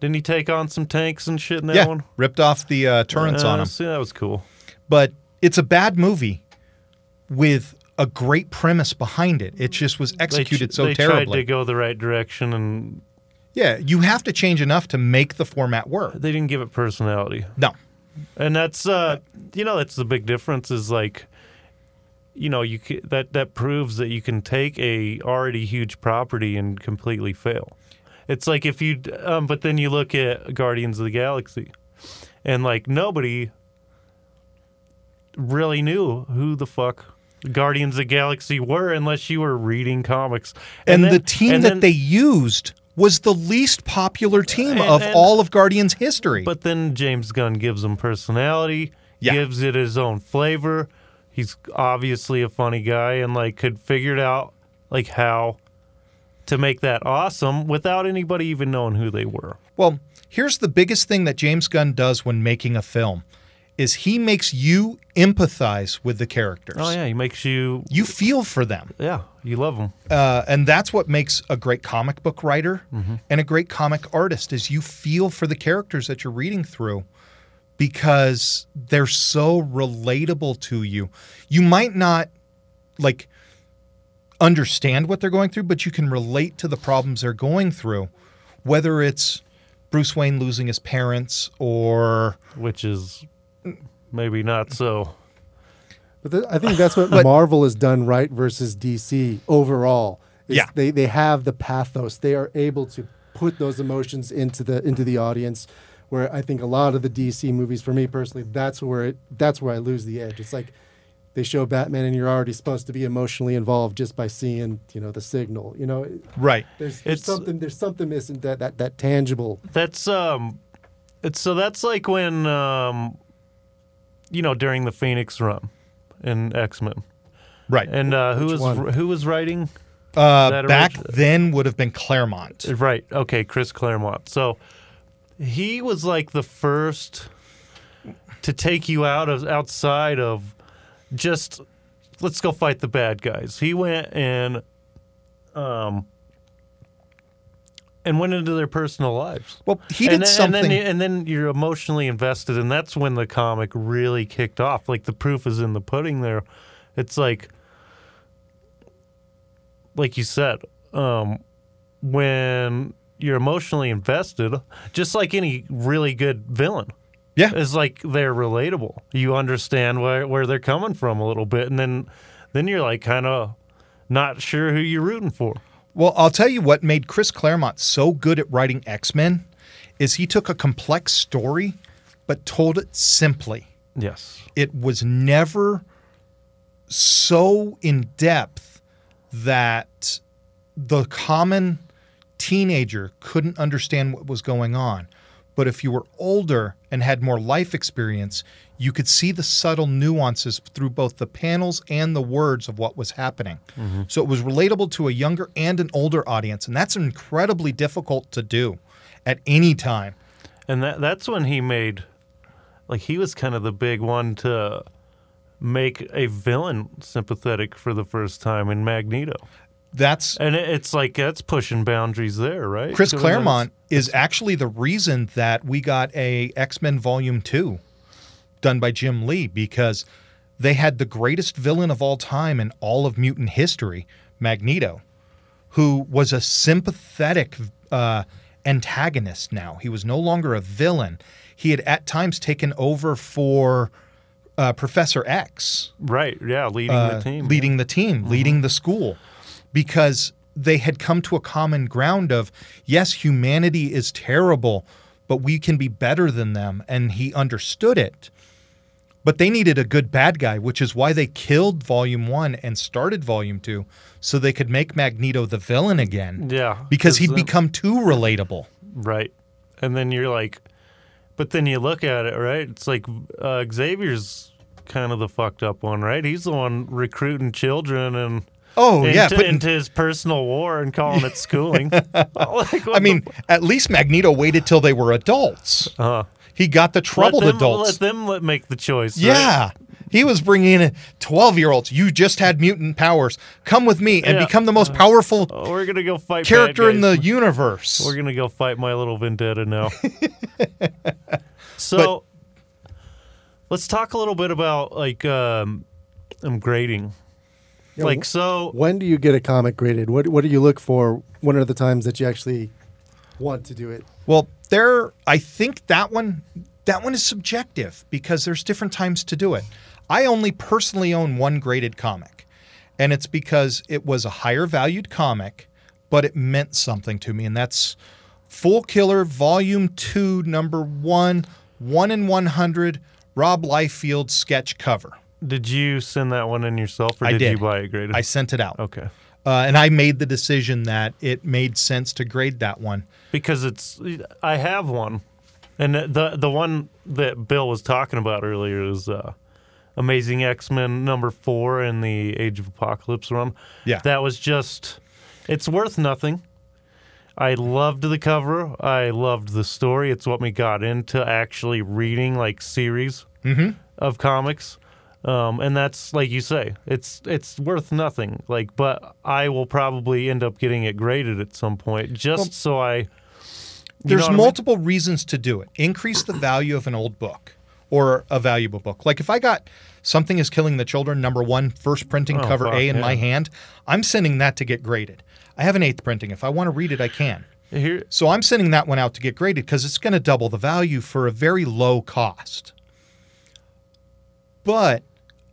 Didn't he take on some tanks and shit in that yeah, one? ripped off the uh, turrets Uh, on him. See, that was cool. But it's a bad movie with a great premise behind it. It just was They tr- executed so they tried terribly. to go the right direction, and Yeah, you have to change enough to make the format work. they didn't give it personality. No, and that's uh you know that's the big difference is like you know you ca that that proves that you can take a already huge property and completely fail it's like if you um but then you look at guardians of the galaxy and like nobody really knew who the fuck guardians of the galaxy were unless you were reading comics and, then- the team and that then- they used was the least popular team And- of and- all of Guardians history. But then James Gunn gives him personality, Yeah. gives it his own flavor. He's obviously a funny guy and like could figure it out like how to make that awesome without anybody even knowing who they were. well, here's the biggest thing that James Gunn does when making a film is he makes you empathize with the characters. Oh yeah, he makes you You feel for them. yeah, you love him. uh, and that's what makes a great comic book writer Mm-hmm. and a great comic artist is you feel for the characters that you're reading through because they're so relatable to you you might not like understand what they're going through but you can relate to the problems they're going through whether it's bruce wayne losing his parents or Which is maybe not so But th- I think that's what Marvel has done right versus DC overall. is Yeah. they they have the pathos. They are able to put those emotions into the into the audience. Where I think a lot of the DC movies, for me personally, that's where it that's where I lose the edge. It's like they show Batman, and you're already supposed to be emotionally involved just by seeing you know the signal. You know, it- right there's, there's It's- something there's something missing that that that tangible. That's um, it's so that's like when um, you know, during the Phoenix run in X Men, right and uh, who was one? who was writing uh, that Er, back orig- then would have been claremont Right. Okay, Chris Claremont. So he was like the first to take you out of outside of just let's go fight the bad guys. He went and um and went into their personal lives. well he did and then, something and then, and then you're emotionally invested, and that's when the comic really kicked off. Like the proof is in the pudding. There, it's like, like you said, um, when you're emotionally invested, just like any really good villain, yeah is like they're relatable. You understand where where they're coming from a little bit, and then then you're like kind of not sure who you're rooting for. Well, I'll tell you what made Chris Claremont so good at writing X Men is he took a complex story but told it simply. Yes. It was never so in depth that the common teenager couldn't understand what was going on. But if you were older and had more life experience, you could see the subtle nuances through both the panels and the words of what was happening. So it was relatable to a younger and an older audience. And that's incredibly difficult to do at any time. And that that's when he made like he was kind of the big one to make a villain sympathetic for the first time in Magneto. That's And it, it's like that's pushing boundaries there, right? Chris Doing Claremont is actually the reason that we got a X-Men Volume 2 done by Jim Lee because they had the greatest villain of all time in all of mutant history, Magneto, who was a sympathetic uh, antagonist now. He was no longer a villain. He had at times taken over for uh, Professor X this- right, yeah, Mm-hmm. leading uh, the team. leading the team, leading the school, because they had come to a common ground of yes, humanity is terrible, but we can be better than them, and he understood it. But they needed a good bad guy, which is why they killed Volume One and started Volume Two, so they could make Magneto the villain again. Yeah. Because he'd then- become too relatable. Right. And then you're like but then you look at it, right? It's like uh, Xavier's kind of the fucked up one, right? He's the one recruiting children and Oh into, yeah, putting into his personal war and calling it schooling. Like, what I the mean, at least Magneto waited till they were adults. Uh-huh. He got the troubled let them, adults. Let them let- make the choice. right? Yeah. He was bringing in 12 year olds. You just had mutant powers. Come with me and Yeah. become the most powerful Oh, we're gonna go fight bad character in the guys. universe. We're gonna go fight My Little Vendetta now. so, let's talk a little bit about like um, um grading. Yeah, like wh- so, When do you get a comic graded? What What do you look for? When are the times that you actually want to do it? Well, there, I think that one, that one is subjective because there's different times to do it. I only personally own one graded comic, and it's because it was a higher valued comic, but it meant something to me, and that's Full Killer Volume Two, Number One, One in One Hundred, Rob Liefeld sketch cover. did you send that one in yourself, or I did, you did. buy it graded? I sent it out, Mm-hmm. okay, uh, and I made the decision that it made sense to grade that one. because it's I have one, and the the one that Bill was talking about earlier is uh, Amazing X Men number four in the Age of Apocalypse run. Yeah. that was just it's worth nothing. I loved the cover. I loved the story. It's what me got into actually reading like series of comics. Um, and that's like you say, it's it's worth nothing. Like, but I will probably end up getting it graded at some point, just so I. you know there's what I mean? multiple reasons to do it. Increase the value of an old book or a valuable book. Like if I got Something is Killing the Children, number one, first printing Oh, cover fuck, A in yeah. my hand, I'm sending that to get graded. I have an eighth printing. If I want to read it, I can. Here, So I'm sending that one out to get graded because it's going to double the value for a very low cost. But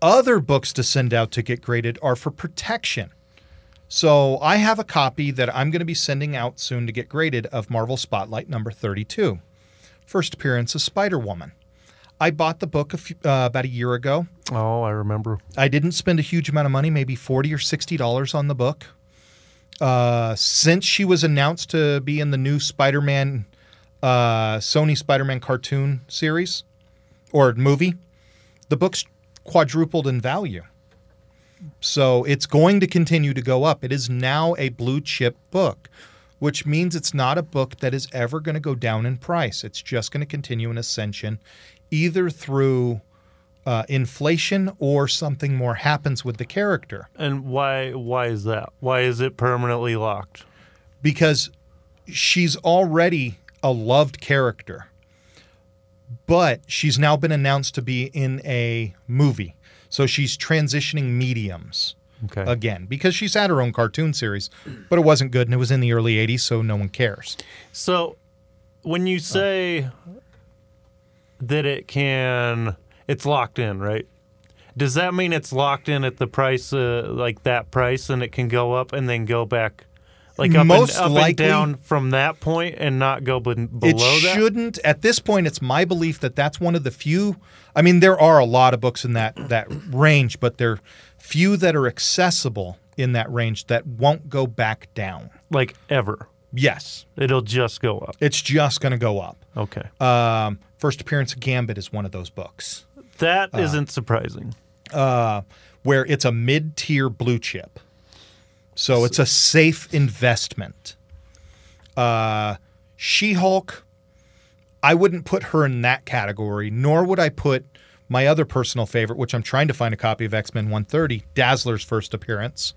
other books to send out to get graded are for protection. So I have a copy that I'm going to be sending out soon to get graded of Marvel Spotlight number 32, first appearance of Spider Woman. I bought the book a few, uh, about a year ago. oh, I remember. I didn't spend a huge amount of money, maybe forty or sixty dollars on the book. Uh, since she was announced to be in the new Spider-Man, uh, Sony Spider-Man cartoon series or movie, the book's quadrupled in value. So it's going to continue to go up. It is now a blue chip book, which means it's not a book that is ever going to go down in price. It's just going to continue an ascension, either through uh, inflation or something more happens with the character. And why? Why is that? Why is it permanently locked? because she's already a loved character, but she's now been announced to be in a movie. So she's transitioning mediums Okay. again because she's had her own cartoon series, but it wasn't good and it was in the early 80s, so no one cares. So, when Uh. you say that it can, it's locked in, right? Does that mean it's locked in at the price, uh, like that price, and it can go up and then go back, like up, Most and, up likely- and down from that point and not go ben- It below that? shouldn't. At this point, it's my belief that that's one of the few. I mean, there are a lot of books in that that range, but there are few that are accessible in that range that won't go back down. Like ever. Yes, It'll just go up. It's just going to go up. Okay. Um, first appearance of Gambit is one of those books That not surprising. uh, where it's a mid tier blue chip. So it's a safe investment. Uh, she Hulk, I wouldn't put her in that category, nor would I put my other personal favorite, which I'm trying to find a copy of X Men 130, Dazzler's first appearance.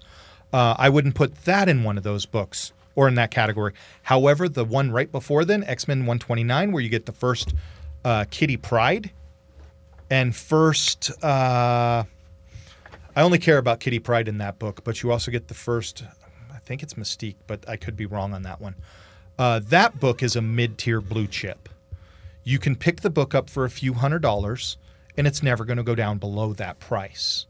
Uh, I wouldn't put that in one of those books or in that category. However, the one right before then, X Men 129, where you get the first uh, Kitty Pride and first. Uh, I only care about Kitty Pride in that book, but you also get the first. I think it's Mystique, but I could be wrong on that one. Uh, that book is a mid-tier blue chip. You can pick the book up for a few hundred dollars, and it's never going to go down below that price.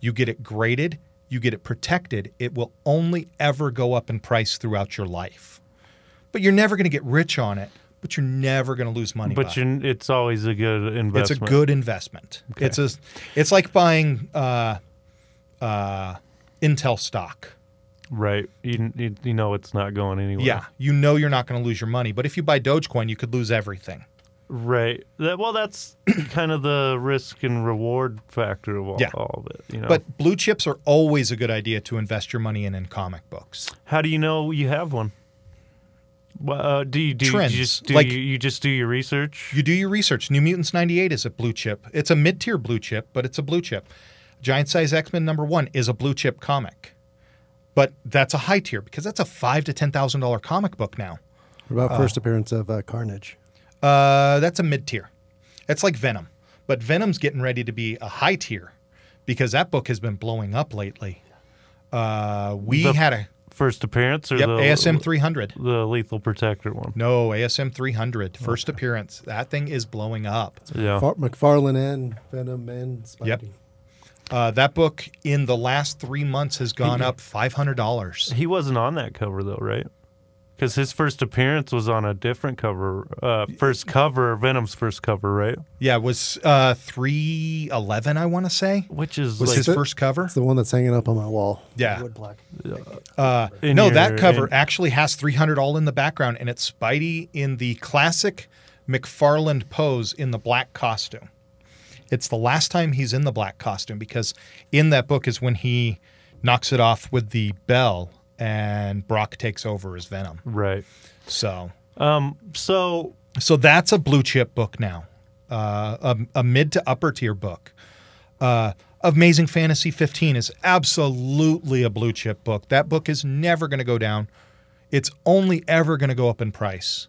You get it graded, you get it protected. It will only ever go up in price throughout your life. But you're never going to get rich on it. But you're never going to lose money. by But it. you, it's always a good investment. It's a good investment. It's a, it's like buying uh, uh, Intel stock. Right. You, you, you know it's not going anywhere. Yeah, you know you're not going to lose your money, but if you buy Dogecoin, you could lose everything. Right. That, well, that's kind of the risk and reward factor of all, Yeah. all of it. You know? But blue chips are always a good idea to invest your money in in comic books. how do you know you have one? Well, uh, do you do, you- do Trends, you just do like- you, you just do your research? You do your research. New Mutants 98 is a blue chip. It's a mid tier blue chip, but it's a blue chip. Giant Size X Men number one is a blue chip comic, but that's a high tier because that's a five to ten thousand dollar comic book now. What about first appearance of uh, Carnage? Uh, that's a mid tier. It's like Venom, but Venom's getting ready to be a high tier because that book has been blowing up lately. Uh, we The- had a First appearance or yep the ASM 300. the lethal protector one? No, ASM 300 first appearance. That thing is blowing up. Yeah. Far- McFarlane and Venom and Spidey. Oh. Yep. Uh, that book in the last three months has gone up five hundred dollars. He wasn't on that cover though, right? Because his first appearance was on a different cover, uh, first cover, Venom's first cover, right? Yeah, it was uh, three eleven. I want to say Which is was like his it- first cover. It's the one that's hanging up on my wall. Yeah. Wood block. Uh, in no, your- that cover in- actually has three hundred all in the background, and it's Spidey in the classic McFarland pose in the black costume. It's the last time he's in the black costume because in that book is when he knocks it off with the bell, and Brock takes over as Venom. right. So Um, so So that's a blue chip book now, uh, a, a mid to upper tier book. Uh, Amazing Fantasy 15 is absolutely a blue chip book. That book is never going to go down. It's only ever going to go up in price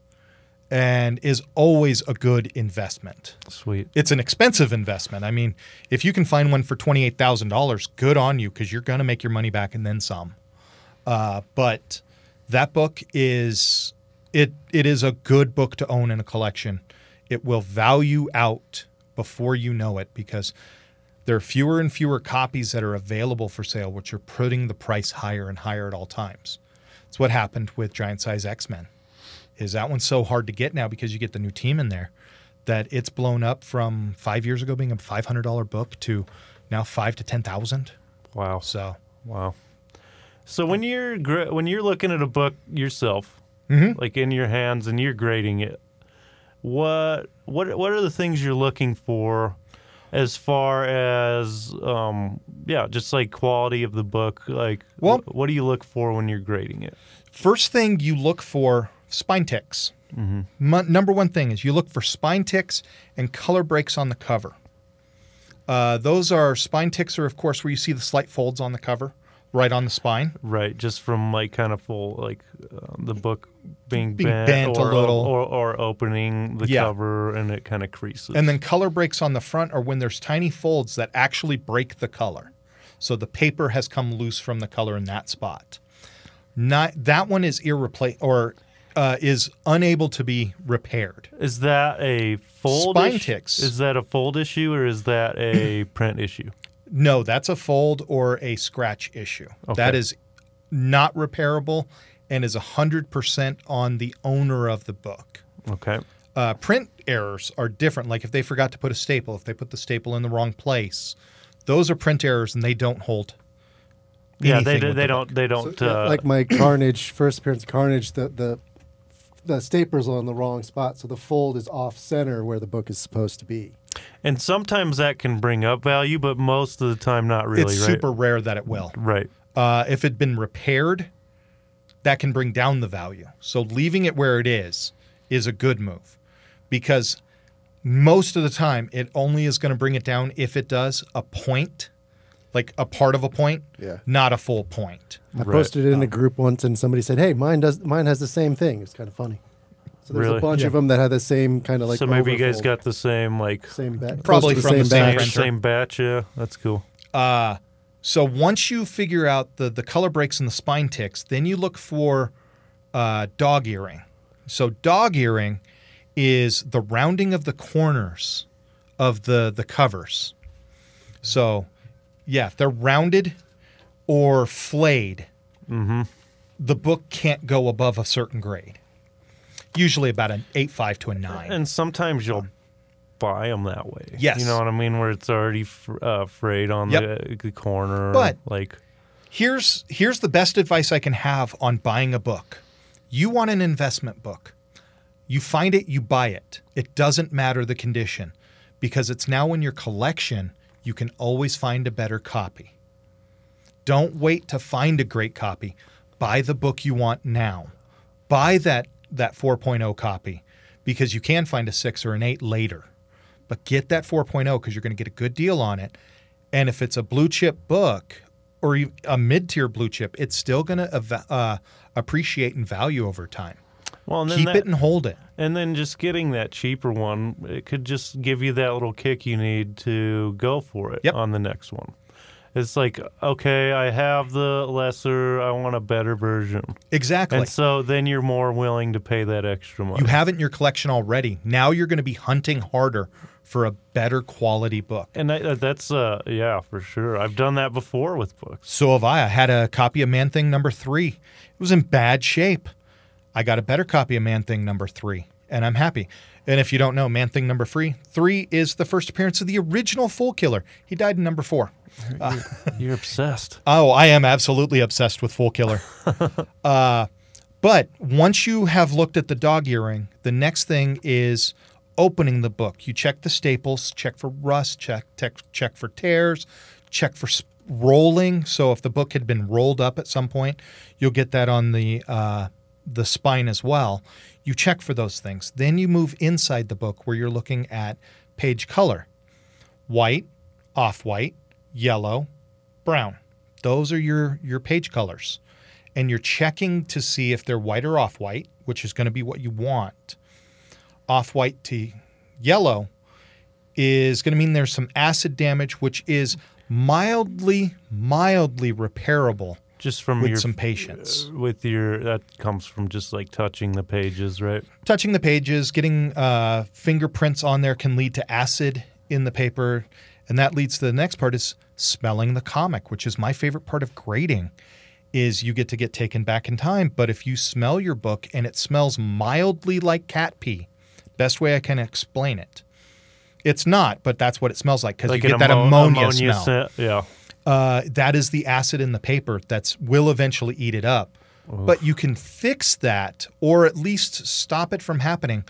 and is always a good investment. sweet. It's an expensive investment. I mean, if you can find one for $28,000, good on you because you're going to make your money back and then some. Uh, but that book is it it is a good book to own in a collection. It will value out before you know it because there are fewer and fewer copies that are available for sale, which are putting the price higher and higher at all times. It's what happened with Giant Size X Men. Is that one so hard to get now because you get the new team in there that it's blown up from five years ago being a five hundred dollar book to now five to ten thousand. Wow. So Wow. So when you're gra- when you're looking at a book yourself, Mm-hmm. like in your hands, and you're grading it, what what what are the things you're looking for, as far as um yeah, just like quality of the book, like Well- wh- what do you look for when you're grading it? first thing you look for spine ticks. Mu- number one thing is you look for spine ticks and color breaks on the cover. Uh, those are spine ticks are of course where you see the slight folds on the cover, right on the spine. Right, just from like kind of full like uh, the book being, Being bent, bent a or, little. or or opening the Yeah. cover and it kind of creases. And then color breaks on the front are when there's tiny folds that actually break the color. So the paper has come loose from the color in that spot. Not that one is irreplace or uh, is unable to be repaired. Is that a fold? Spine issue? ticks. Is that a fold issue or is that a print issue? No, that's a fold or a scratch issue. That is not repairable and is 100% on the owner of the book. Okay. Uh, print errors are different. Like if they forgot to put a staple, if they put the staple in the wrong place, those are print errors and they don't hold. Yeah, they anything do, with they the don't they don't uh, like my Carnage first appearance, Carnage the the the stapler's on the wrong spot, so the fold is off center where the book is supposed to be. and sometimes that can bring up value, but most of the time not really, it's right? super rare that it will. right. Uh, if it'd been repaired, that can bring down the value. So leaving it where it is is a good move because most of the time it only is going to bring it down if it does a point, like a part of a point, Yeah. not a full point. I posted it Oh. in a group once, and somebody said, "Hey, mine does mine has the same thing." It's kind of funny. So there's Really? a bunch of them that had the same kind of like. so maybe you guys overfold. got the same like same batch. Probably from the same same, printer. same batch. Yeah, that's cool. So once you figure out the the color breaks and the spine ticks, then you look for uh, dog earring. So dog earring is the rounding of the corners of the the covers. So yeah, if they're rounded or flayed, the book can't go above a certain grade. Usually about an eight five to a nine. And sometimes you'll buy them that way. Yes. you know what I mean, where it's already fr- uh, frayed on Yep. the, the corner. But- like, here's here's the best advice I can have on buying a book. You want an investment book. You find it, you buy it. It doesn't matter the condition because it's now in your collection, you can always find a better copy. Don't wait to find a great copy. Buy the book you want now. Buy that that 4.0 copy because you can find a 6 or an 8 later. But get that 4.0 because you're going to get a good deal on it. And if it's a blue chip book or e- a mid tier blue chip, it's still going to eva uh, appreciate in value over time. Well, and then Keep that, it and hold it. And then just getting that cheaper one, it could just give you that little kick you need to go for it Yep. on the next one. It's like, okay, I have the lesser, I want a better version. Exactly. And so then you're more willing to pay that extra money. you have it in your collection already. Now you're going to be hunting harder for a better quality book. and I, that's, uh, yeah, for sure. I've done that before with books. So have I. I had a copy of Man Thing number three. It was in bad shape. I got a better copy of Man Thing number three, and I'm happy. And if you don't know, Man Thing number three, three is the first appearance of the original Fool Killer. He died in number four. You're obsessed. Oh, I am absolutely obsessed with Fool Killer. uh, but once you have looked at the dog earring, the next thing is opening the book. You check the staples, check for rust, check check, check for tears, check for s- rolling. So if the book had been rolled up at some point, you'll get that on the uh, the spine as well. You check for those things. Then you move inside the book where you're looking at page color white, off white, yellow, brown. Those are your your page colors. And you're checking to see if they're white or off white, which is going to be what you want. Off white to yellow is going to mean there's some acid damage, which is mildly, mildly repairable Just from with your, some patience. with your, that comes from just like touching the pages, right? touching the pages, getting uh, fingerprints on there can lead to acid in the paper, and that leads to the next part is smelling the comic, which is my favorite part of grading. Is you get to get taken back in time, but if you smell your book and it smells mildly like cat pee, best way I can explain it. It's not, but that's what it smells like because Like you get an that ammo- ammonia, smell scent. Yeah. uh, that is the acid in the paper that's will eventually eat it up. But you can fix that or at least stop it from happening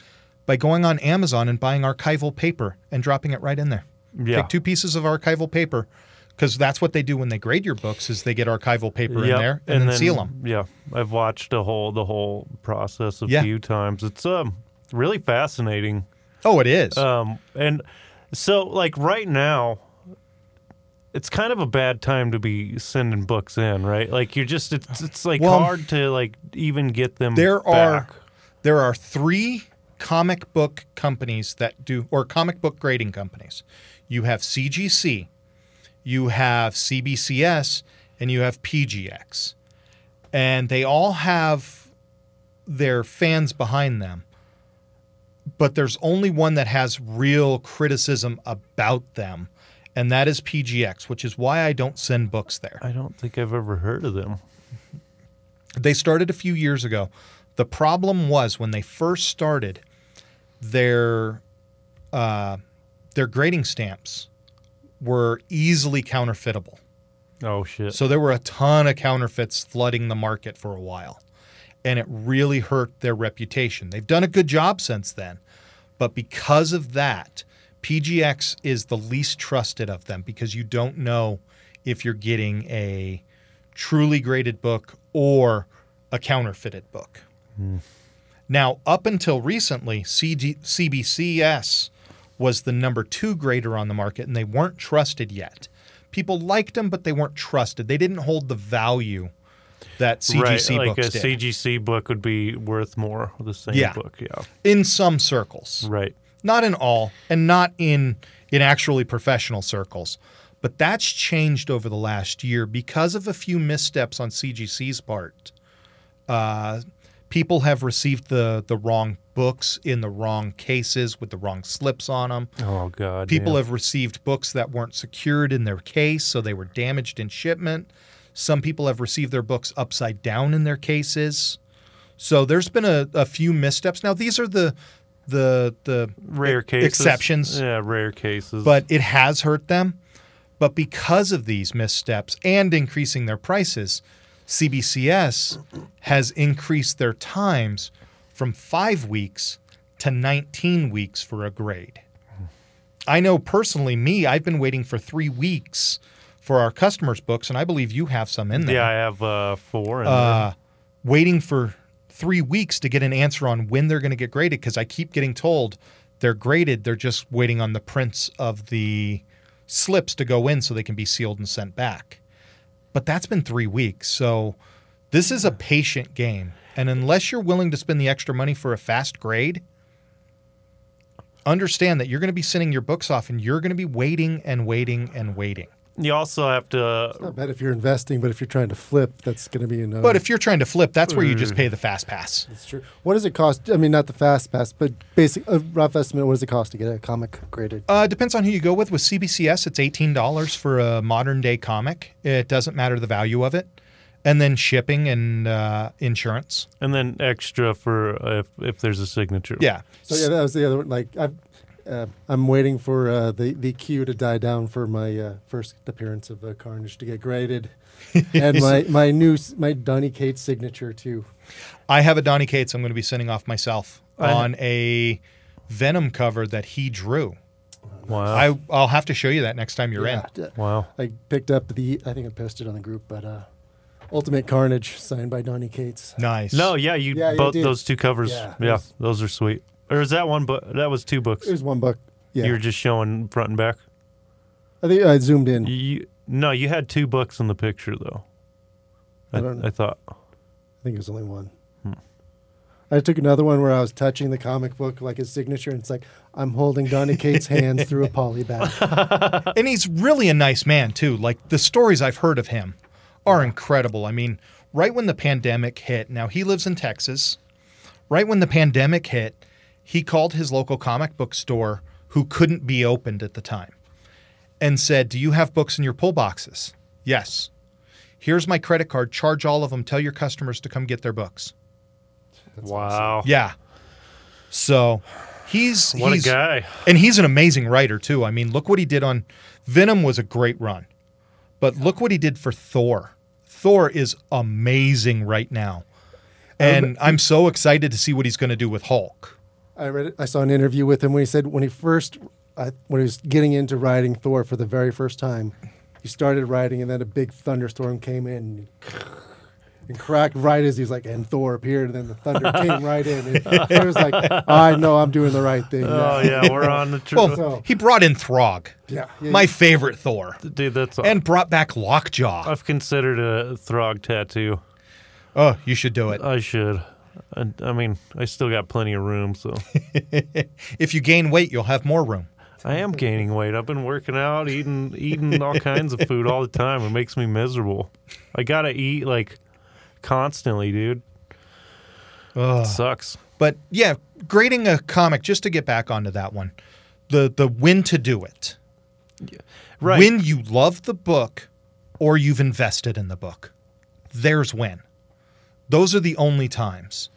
by going on Amazon and buying archival paper and dropping it right in there. Yeah. Take two pieces of archival paper because that's what they do when they grade your books is they get archival paper Yep, in there and, then, seal them. Yeah, I've watched the whole the whole process a Yeah. few times. It's um really fascinating. Oh, it is. Um, and so like right now, it's kind of a bad time to be sending books in, right? Like you're just it's it's like Well, hard to like even get them. there back. are there are three comic book companies that do or comic book grading companies. You have CGC, you have CBCS, and you have PGX. And they all have their fans behind them. But there's only one that has real criticism about them, and that is PGX, which is why I don't send books there I don't think I've ever heard of them. they started a few years ago. The problem was when they first started, their uh, their grading stamps were easily counterfeitable. Oh shit! So there were a ton of counterfeits flooding the market for a while, and it really hurt their reputation. They've done a good job since then, but because of that, PGX is the least trusted of them because you don't know if you're getting a truly graded book or a counterfeited book. Now, up until recently, CG- CBCS was the number two grader on the market, and they weren't trusted yet. People liked them, but they weren't trusted. They didn't hold the value that CGC right, like books a did CGC book would be worth more. The same Yeah. book, yeah, in some circles. right. not in all and not in in actually professional circles but that's changed over the last year because of a few missteps on cgc's part uh, people have received the the wrong books in the wrong cases with the wrong slips on them Oh god, People yeah. have received books that weren't secured in their case, so they were damaged in shipment. Some people have received their books upside down in their cases. So there's been a, a few missteps. Now these are the the the rare e- cases exceptions, Yeah, rare cases. but it has hurt them. But because of these missteps and increasing their prices, CBCS has increased their times from five weeks to 19 weeks for a grade. I know personally, me, I've been waiting for three weeks for our customers' books, and I believe you have some in there. Yeah, I have uh, four. And Uh, waiting for three weeks to get an answer on when they're going to get graded because I keep getting told they're graded. They're just waiting on the prints of the slips to go in so they can be sealed and sent back. But that's been three weeks. So this is a patient game. And unless you're willing to spend the extra money for a fast grade, understand that you're going to be sending your books off and you're going to be waiting and waiting and waiting. You also have to. Not bad if you're investing, but if you're trying to flip, that's going to be another. But if you're trying to flip, that's where you just pay the fast pass. That's true. What does it cost? I mean, not the fast pass, but basic a rough estimate. What does it cost to get a comic graded? Uh, depends on who you go with. With CBCS, it's eighteen dollars for a modern day comic. It doesn't matter the value of it, and then shipping and uh, insurance. And then extra for uh, if, if there's a signature. Yeah. So yeah, that was the other one. Like I've, uh, I'm waiting for uh, the the queue to die down for my uh, first appearance of uh, Carnage to get graded, and my my new s- my Donny Cates signature too. I have a Donny Cates. I'm going to be sending off myself on a Venom cover that he drew. Wow. I I'll have to show you that next time you're in. Uh. Yeah. wow. I picked up the I think I posted on the group, but uh, Ultimate Carnage signed by Donny Cates. Nice. No, yeah, you Yeah, you both did. those two covers. Yeah. Yeah, those are sweet. Or is that one book? That was two books. It was one book. Yeah, You were just showing front and back. I think I zoomed in. You no, you had two books in the picture though. I don't know. I thought. I think it was only one. I took another one where I was touching the comic book like his signature, and it's like I'm holding Donny Cates' hands through a poly bag. and he's really a nice man too. Like the stories I've heard of him are incredible. I mean, right when the pandemic hit, now he lives in Texas. Right when the pandemic hit, he called his local comic book store who couldn't be opened at the time and said, "Do you have books in your pull boxes?" "Yes." "Here's my credit card. Charge all of them. Tell your customers to come get their books." wow. Yeah. So, he's What a he's, guy. and he's an amazing writer too. I mean, look what he did on Venom was a great run, but look what he did for Thor. Thor is amazing right now, Um, and I'm so excited to see what he's going to do with Hulk. I read it. I saw an interview with him when he said when he first I, when he was getting into writing Thor for the very first time, he started writing and then a big thunderstorm came in and cracked right as he was like and Thor appeared and then the thunder came right in. And it was like I know I'm doing the right thing. Oh now." yeah, we're on the tr- Well, So- he brought in Throg, yeah, yeah, my favorite Thor, dude. That's and brought back Uh, Lockjaw. I've considered a Throg tattoo. Oh, you should do it. uh, I should. I, I mean, I still got plenty of room, so If you gain weight, you'll have more room. I am gaining weight. I've been working out, eating eating all kinds of food all the time. It makes me miserable. I gotta eat like constantly, dude. uh, Ugh. Sucks. But yeah, grading a comic just to get back onto that one, the the when to do it. Right. When you love the book or you've invested in the book. There's when. Those are the only times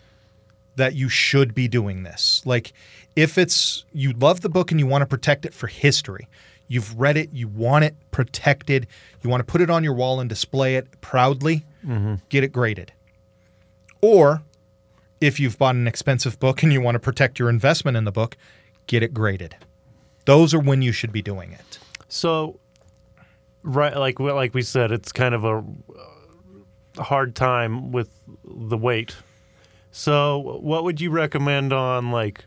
that you should be doing this. Like if it's you love the book and you want to protect it for history. You've read it, you want it protected, you want to put it on your wall and display it proudly. Get it graded. Or if you've bought an expensive book and you want to protect your investment in the book, get it graded. Those are when you should be doing it. So, right, like we- like we said, it's kind of a uh, hard time with the weight. So, what would you recommend on like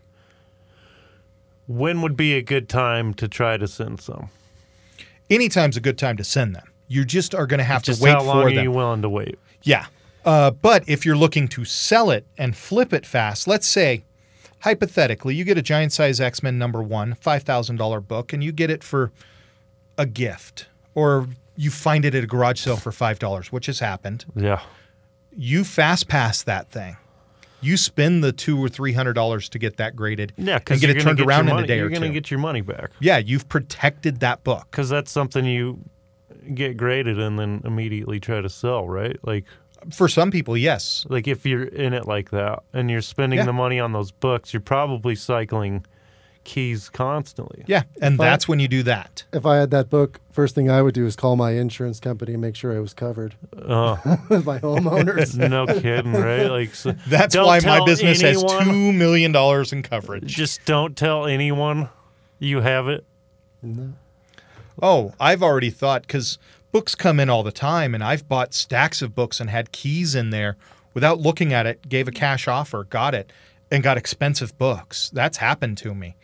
when would be a good time to try to send some? Anytime's a good time to send them. You just are going to have Just to wait how long for are them. you willing to wait? Yeah. Uh, but if you're looking to sell it and flip it fast, let's say, hypothetically, you get a giant size X Men number one, $5,000 book, and you get it for a gift, or you find it at a garage sale for $5, which has happened. Yeah, you fast pass that thing. You spend the two or three hundred dollars to get that graded yeah, and because get you're it gonna turned get your around in money- a day You're or gonna two. get your money back yeah, you've protected that book. because that's something you get graded and then immediately try to sell, right? Like For some people, yes. like if you're in it like that and you're spending Yeah. the money on those books, you're probably cycling keys constantly. Yeah. And I- that's when you do that. If I had that book, first thing I would do is call my insurance company and make sure I was covered. Oh. my homeowners. No kidding, right? Like so, That's don't why my tell business anyone- has two million dollars in coverage. Just don't tell anyone you have it. Oh, I've already thought because books come in all the time, and I've bought stacks of books and had keys in there without looking at it, gave a cash offer, got it, and got expensive books. That's happened to me.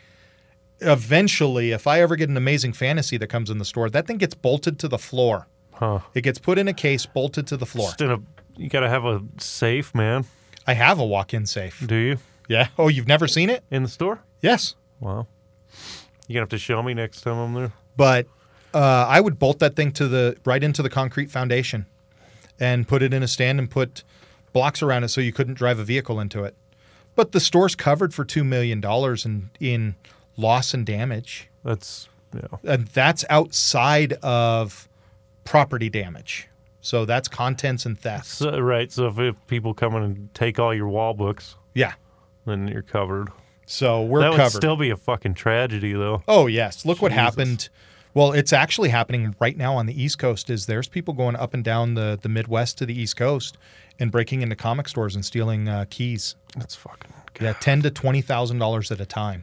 Eventually, if I ever get an amazing fantasy that comes in the store, that thing gets bolted to the floor. Huh. It gets put in a case, bolted to the floor. Just in a, you gotta have a safe, man. I have a walk in safe. Do you Yeah. Oh, you've never seen it? in the store? Yes. Wow. You're gonna have to show me next time I'm there. but uh, I would bolt that thing to the right into the concrete foundation and put it in a stand and put blocks around it so you couldn't drive a vehicle into it. But the store's covered for two million dollars in in loss and damage, That's yeah. and that's outside of property damage. So that's contents and thefts. So, right. So if, if people come in and take all your wall books, Yeah. then you're covered. So we're that would covered. still be a fucking tragedy, though. Oh yes, look what happened. Well, it's actually happening right now on the East Coast. Is there's people going up and down the the Midwest to the East Coast and breaking into comic stores and stealing uh, keys. That's fucking. Yeah, ten to twenty thousand dollars at a time.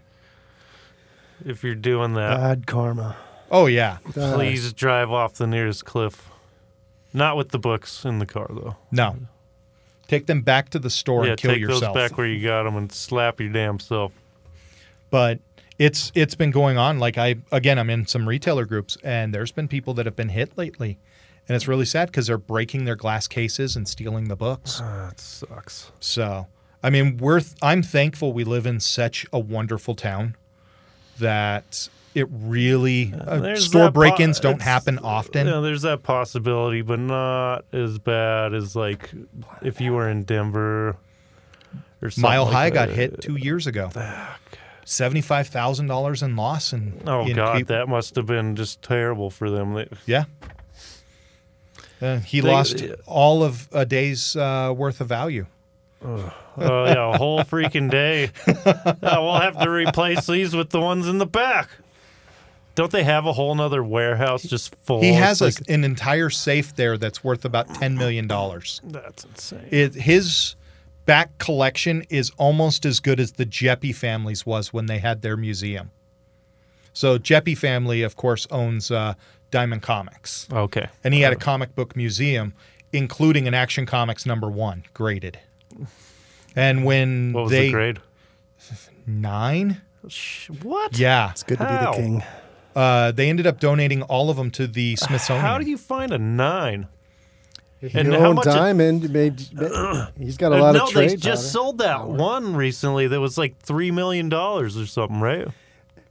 If you're doing that, Bad karma. Oh yeah, Uh, please drive off the nearest cliff. Not with the books in the car, though. no. Take them back to the store yeah, and kill take yourself. those back where you got them and slap your damn self. but it's it's been going on. Like I again, I'm in some retailer groups, and there's been people that have been hit lately, and it's really sad because they're breaking their glass cases and stealing the books. That sucks. So, I mean, we're th- I'm thankful we live in such a wonderful town that it really uh, There's store that po- break-ins don't it's- happen often. Yeah, there's that possibility, but not as bad as like if you were in Denver. Or something Mile like High got that. hit 2 years ago. Seventy-five thousand dollars in loss, and Oh god, that must have been just terrible for them. They, yeah, Uh, he They- lost all of a day's uh, worth of value. Oh yeah, a whole freaking day. Yeah, we'll have to replace these with the ones in the back. Don't they have a whole nother warehouse just full? he It's has a- like, an entire safe there that's worth about ten million dollars. that's insane. it, his back collection is almost as good as the Jeppy family's was when they had their museum. So Jeppy family, of course, owns uh, Diamond Comics, okay, and he had a comic book museum, including an Action Comics number one graded. And when what was they the grade? nine, Sh- What? yeah, It's good to be How? the king. uh, they ended up donating all of them to the Smithsonian. How do you find a nine? if and you how own much it- diamond, made, he's got a lot no, of trade. they just powder. sold that one recently that was like three million dollars or something, right?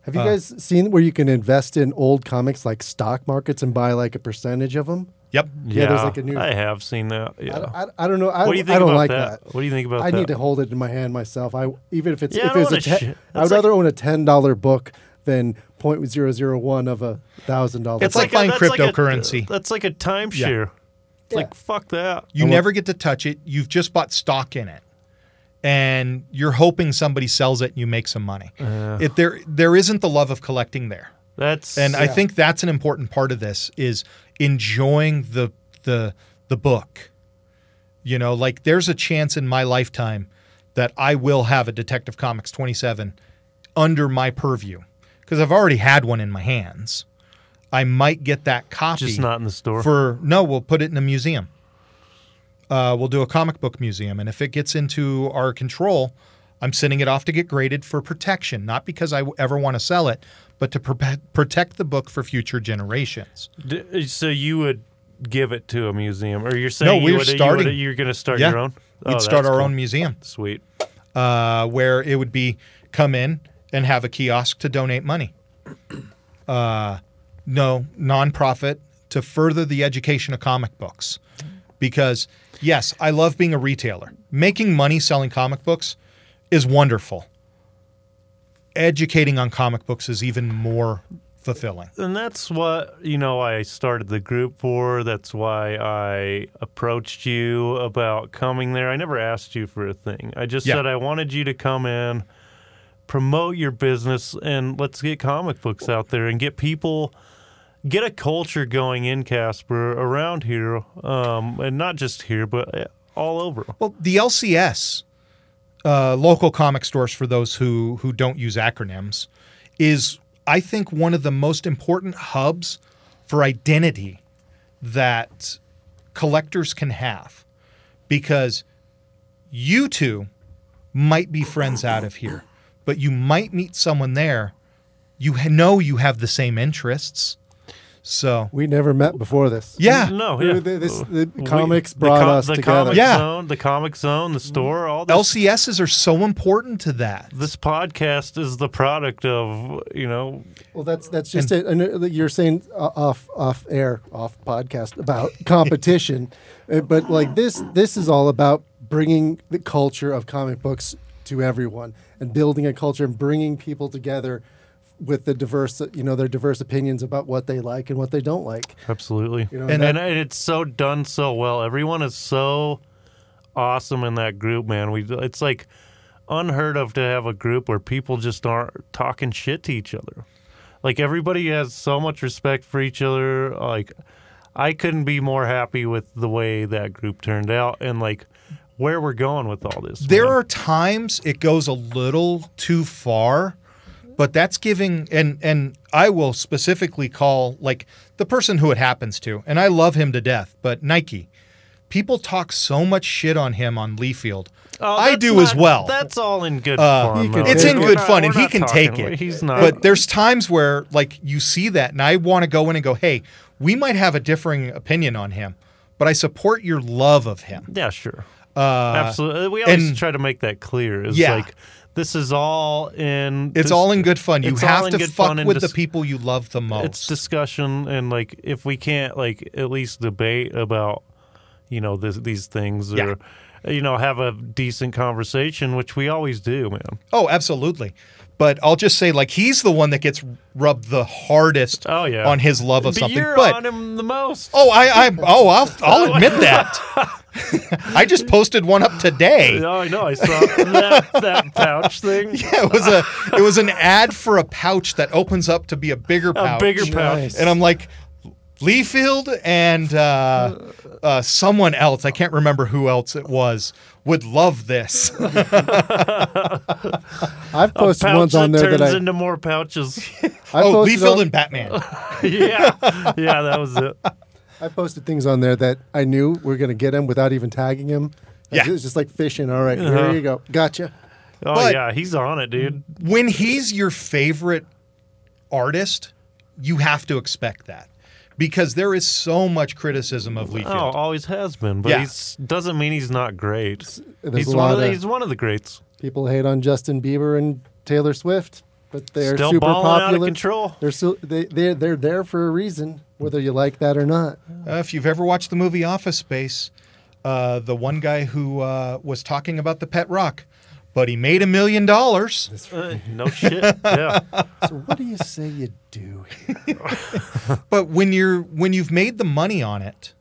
Have you guys seen where you can invest in old comics like stock markets and buy like a percentage of them? Yep. Yeah, there's like a new- I have seen that. Yeah. I, I, I don't know. I, what do you think I don't about like that? What do you think about I that? need to hold it in my hand myself. I even if it's Yeah, I if don't it's a wanna te- sh- I that's would like- rather own a ten dollar book than point zero zero one of a thousand dollars. It's like buying that's like cryptocurrency. that's like a timeshare. It's Like fuck that. You never get to touch it. You've just bought stock in it, and you're hoping somebody sells it and you make some money. Uh. If there there isn't the love of collecting there, That's and I think that's an important part of this is enjoying the the the book. You know, like there's a chance in my lifetime that I will have a Detective Comics 27 under my purview because I've already had one in my hands. I might get that copy just not in the store. for no we'll put it in a museum uh, we'll do a comic book museum and if it gets into our control i'm sending it off to get graded for protection not because i w- ever want to sell it but to prope- protect the book for future generations D- so you would give it to a museum, or you're saying we're you would, starting- You are going to start Yeah. your own. we'd Oh, start that's our cool. own museum Sweet. uh, where it would be come in and have a kiosk to donate money uh, no nonprofit to further the education of comic books because yes, I love being a retailer. Making money selling comic books is wonderful. Educating on comic books is even more fulfilling. and that's what you know i started the group for that's why i approached you about coming there i never asked you for a thing i just Yeah. said i wanted you to come in promote your business and let's get comic books out there and get people get a culture going in casper around here um, and not just here but uh, all over Well, the LCS, uh, local comic stores for those who who don't use acronyms, is I think one of the most important hubs for identity that collectors can have because you two might be friends out of here, but you might meet someone there. You ha- know you have the same interests. So, We never met before this. yeah. No, We Oh, yeah. were the- this- the We- comics brought the us the together. Comic Yeah. Zone, the comic zone, the store, all this. LCSs are so important to that. this podcast is the product of you know Well, that's that's just it. And uh, you're saying uh, off off air, off podcast about competition, Uh, but like this this is all about bringing the culture of comic books to everyone and building a culture and bringing people together with the diverse you know their diverse opinions about what they like and what they don't like. absolutely You know, and, And and it's so done so well everyone is so awesome in that group man we it's like unheard of to have a group where people just aren't talking shit to each other like everybody has so much respect for each other like i couldn't be more happy with the way that group turned out and like where we're going with all this There man. are times it goes a little too far, but that's giving and and I will specifically call like the person who it happens to, and I love him to death, but Nike. People talk so much shit on him on Lee Field. Oh, I that's do as not- well. Uh, That's all in good He fun. can though. It's in We're good not- fun, we're and he not can talking- take it. He's not. But there's times where, like, you see that, and I want to go in and go, "Hey, we might have a differing opinion on him, but I support your love of him." yeah, sure. Uh, Absolutely. We always and- try to make that clear. It's Yeah. like this is all in. It's dis- all in good fun. You it's all have in to good fuck fun and with dis- the people you love the most. It's discussion, and like if we can't like at least debate about you know this, these things Yeah. or you know have a decent conversation, which we always do, man. Oh, absolutely. But I'll just say, like, he's the one that gets rubbed the hardest Oh yeah. on his love of but something. You're But on him the most. oh, I, I, oh, I'll, I'll admit that. I just posted one up today. Yeah, I know. I saw that, that pouch thing. Yeah, it was a, it was an ad for a pouch that opens up to be a bigger A pouch. bigger pouch. Nice. And I'm like, Leafield and uh, uh, someone else, I can't remember who else it was, would love this. I've posted pouch ones on that there turns that I into more pouches. I've oh, posted Leafield on- and Batman. yeah, yeah, that was it. Oh, I posted things on there that I knew we are gonna get him without even tagging him. Yeah. It was just like fishing. All right, Uh-huh. here you go. Gotcha. Oh But- yeah, he's on it, dude. when he's your favorite artist, you have to expect that because there is so much criticism of Lee Oh, Field. always has been, but Yeah. he's doesn't mean he's not great. There's He's a one lot of the, of- he's one of the greats. People hate on Justin Bieber and Taylor Swift, but they're Still super balling out of popular. control. They're so, they they they're there for a reason, whether you like that or not. Oh. Uh, if you've ever watched the movie Office Space, uh, the one guy who uh, was talking about the pet rock, but he made a million dollars. Uh, no shit. Yeah. So what do you say you do? here? But when you're when you've made the money on it,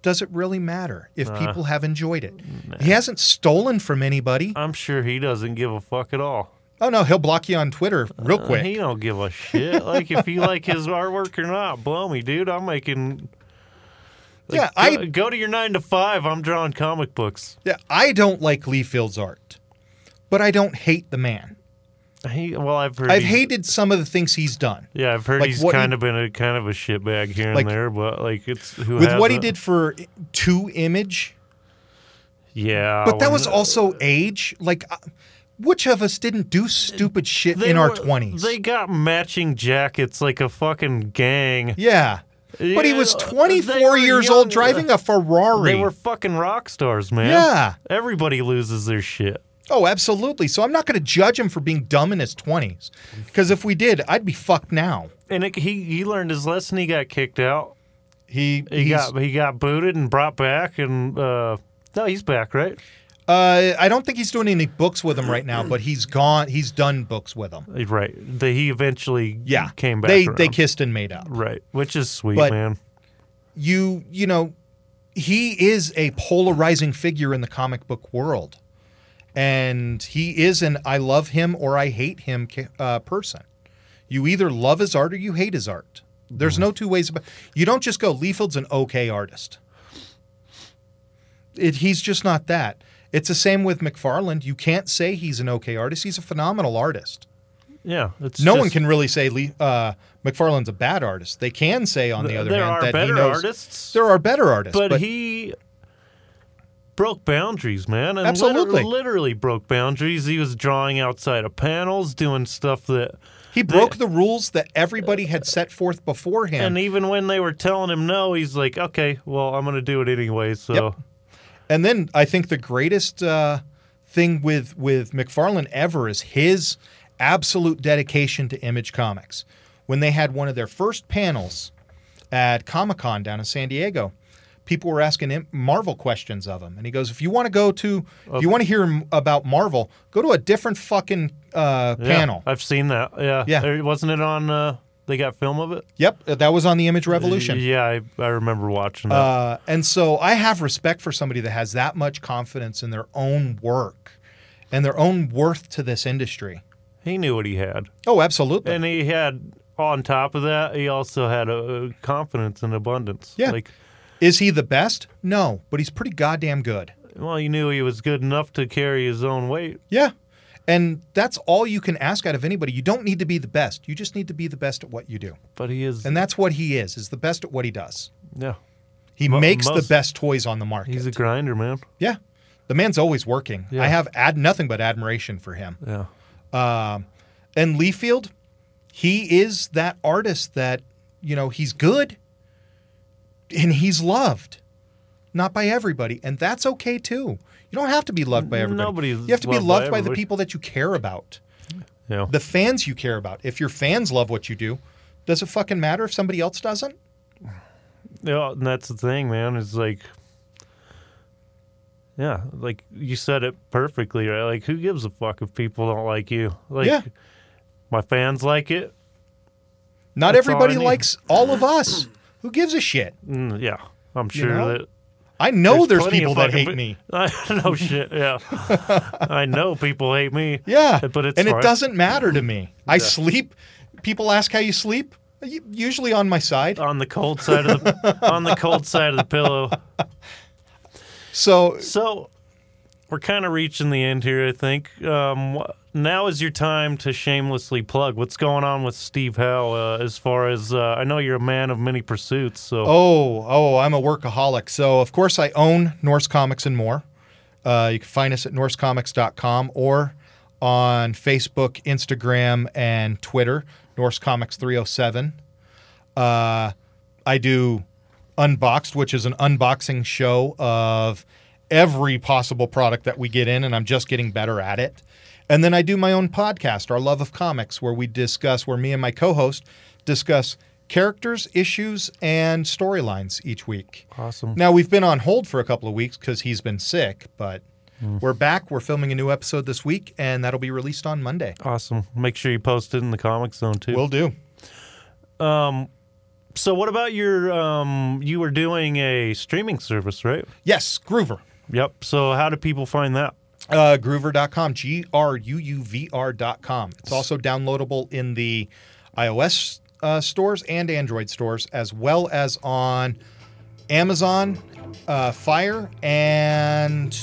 does it really matter if Uh. people have enjoyed it? He hasn't stolen from anybody. I'm sure he doesn't give a fuck at all. Oh no, he'll block you on Twitter real quick. Uh, He don't give a shit. Like if you like his artwork or not, blow me, dude. I'm making. like, yeah, I go, go to your nine to five. I'm drawing comic books. Yeah, I don't like Lee Field's art, but I don't hate the man. He, well, I've heard. I've he's- hated some of the things he's done. Yeah, I've heard like, he's what he- kind of been a kind of a shitbag here and Like, there, but like it's who With what he hasn't? did for Two Image, Yeah, but that Oh, when- was also age. Like, uh, which of us didn't do stupid shit They in our were- 20s? They got matching jackets like a fucking gang. yeah. But he was Yeah, they 24 were years young. old driving a Ferrari. They were fucking rock stars, man. Yeah. Everybody loses their shit. oh, absolutely. So I'm not going to judge him for being dumb in his 20s. Because if we did, I'd be fucked now. And it, he he learned his lesson. He got kicked out. He, He he's- got he got booted and brought back. And uh, no, he's back, right? Uh, I don't think he's doing any books with him right now, but he's gone. He's done books with him. He's Right. The, he eventually Yeah, came back. They they around. kissed and made up. right, which is sweet, But- man. You you know, he is a polarizing figure in the comic book world, and he is an I love him or I hate him ca- uh, person. You either love his art or you hate his art. There's Mm-hmm. no two ways about. You don't just go. Leafield's an okay artist. It, he's just not that. It's the same with McFarland. You can't say he's an okay artist. He's a phenomenal artist. Yeah, it's no one just- can really say Lee, uh, McFarlane's a bad artist. They can say, on the other there hand, are that better he knows artists, there are better artists. but, But, he broke boundaries, man. And Absolutely. liter- literally broke boundaries. He was drawing outside of panels, doing stuff that. He broke the rules that everybody had set forth beforehand. And even when they were telling him no, he's like, okay, well, I'm going to do it anyway. So, Yep. And then I think the greatest uh, thing with with McFarlane ever is his absolute dedication to Image Comics. When they had one of their first panels at Comic Con down in San Diego, people were asking him Marvel questions of him, and he goes, "If you want to go to, if you want to hear m- about Marvel, go to a different fucking uh, yeah, panel." I've seen that. Yeah. Yeah. There- wasn't it on. Uh, they got film of it? Yep, that was on the Image Revolution. Yeah, I, I remember watching that. Uh, and so I have respect for somebody that has that much confidence in their own work and their own worth to this industry. he knew what he had. Oh, absolutely. And he had, on top of that, he also had a, a confidence and abundance. Yeah. Like, Is he the best? No, but he's pretty goddamn good. well, he knew he was good enough to carry his own weight. Yeah. And that's all you can ask out of anybody. You don't need to be the best. You just need to be the best at what you do. But he is, And that's what he is, is the best at what he does. yeah, He Mo- makes the most- best toys on the market. he's a grinder, man. yeah. The man's always working. Yeah. I have ad- nothing but admiration for him. Yeah. Um, and Leafield, he is that artist that, you know, he's good and he's loved. Not by everybody. And that's okay too. You don't have to be loved by everybody. Nobody's you have to be loved by loved by, the everybody. people that you care about, Yeah. the fans you care about. If your fans love what you do, does it fucking matter if somebody else doesn't? Yeah, and that's the thing, man. It's like, yeah, like you said it perfectly, right? Like, who gives a fuck if people don't like you? Like, Yeah. my fans like it. Not That's all I everybody need. likes all of us. Who gives a shit? Mm, yeah, I'm sure know? that. I know there's, plenty of people that fucking hate pe- me. I know shit. Yeah, I know people hate me. Yeah, but it's Mm-hmm. and fine. it doesn't matter to me. I sleep. People ask how you sleep. U- Usually on my side. on the cold side of the on the cold side of the pillow. So So we're kind of reaching the end here, I think. Um, wh- now is your time to shamelessly plug what's going on with Steve Howe. Uh, as far as uh, I know, you're a man of many pursuits. So oh oh, I'm a workaholic. So of course I own Norse Comics and more. Uh, you can find us at norsecomics.com or on Facebook, Instagram, and Twitter. Norse Comics 307. Uh, I do Unboxed, which is an unboxing show of every possible product that we get in, and I'm just getting better at it. And then I do my own podcast, Our Love of Comics, where we discuss, where me and my co host discuss characters, issues, and storylines each week. awesome. Now, we've been on hold for a couple of weeks because he's been sick, but we're back. We're filming a new episode this week, and that'll be released on Monday. Awesome. Make sure you post it in the comic zone too. Will do. so, what about your? Um, you were doing a streaming service, right? Yes, Groover. Yep. So, how do people find that? Uh, groover.com, G R U U V R.com. It's also downloadable in the iOS uh, stores and Android stores, as well as on Amazon, uh, Fire, and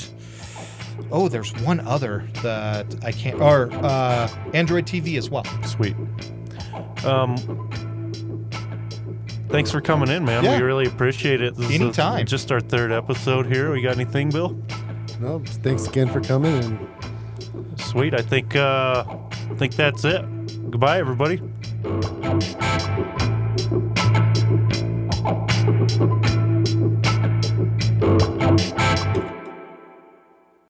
oh, there's one other that I can't, or uh, Android TV as well. Sweet. Um, thanks for coming in, man. Yeah. We really appreciate it. This Anytime. Is just our third episode here. We got anything, Bill? No, thanks again for coming. And Sweet. I think uh, I think that's it. Goodbye, everybody.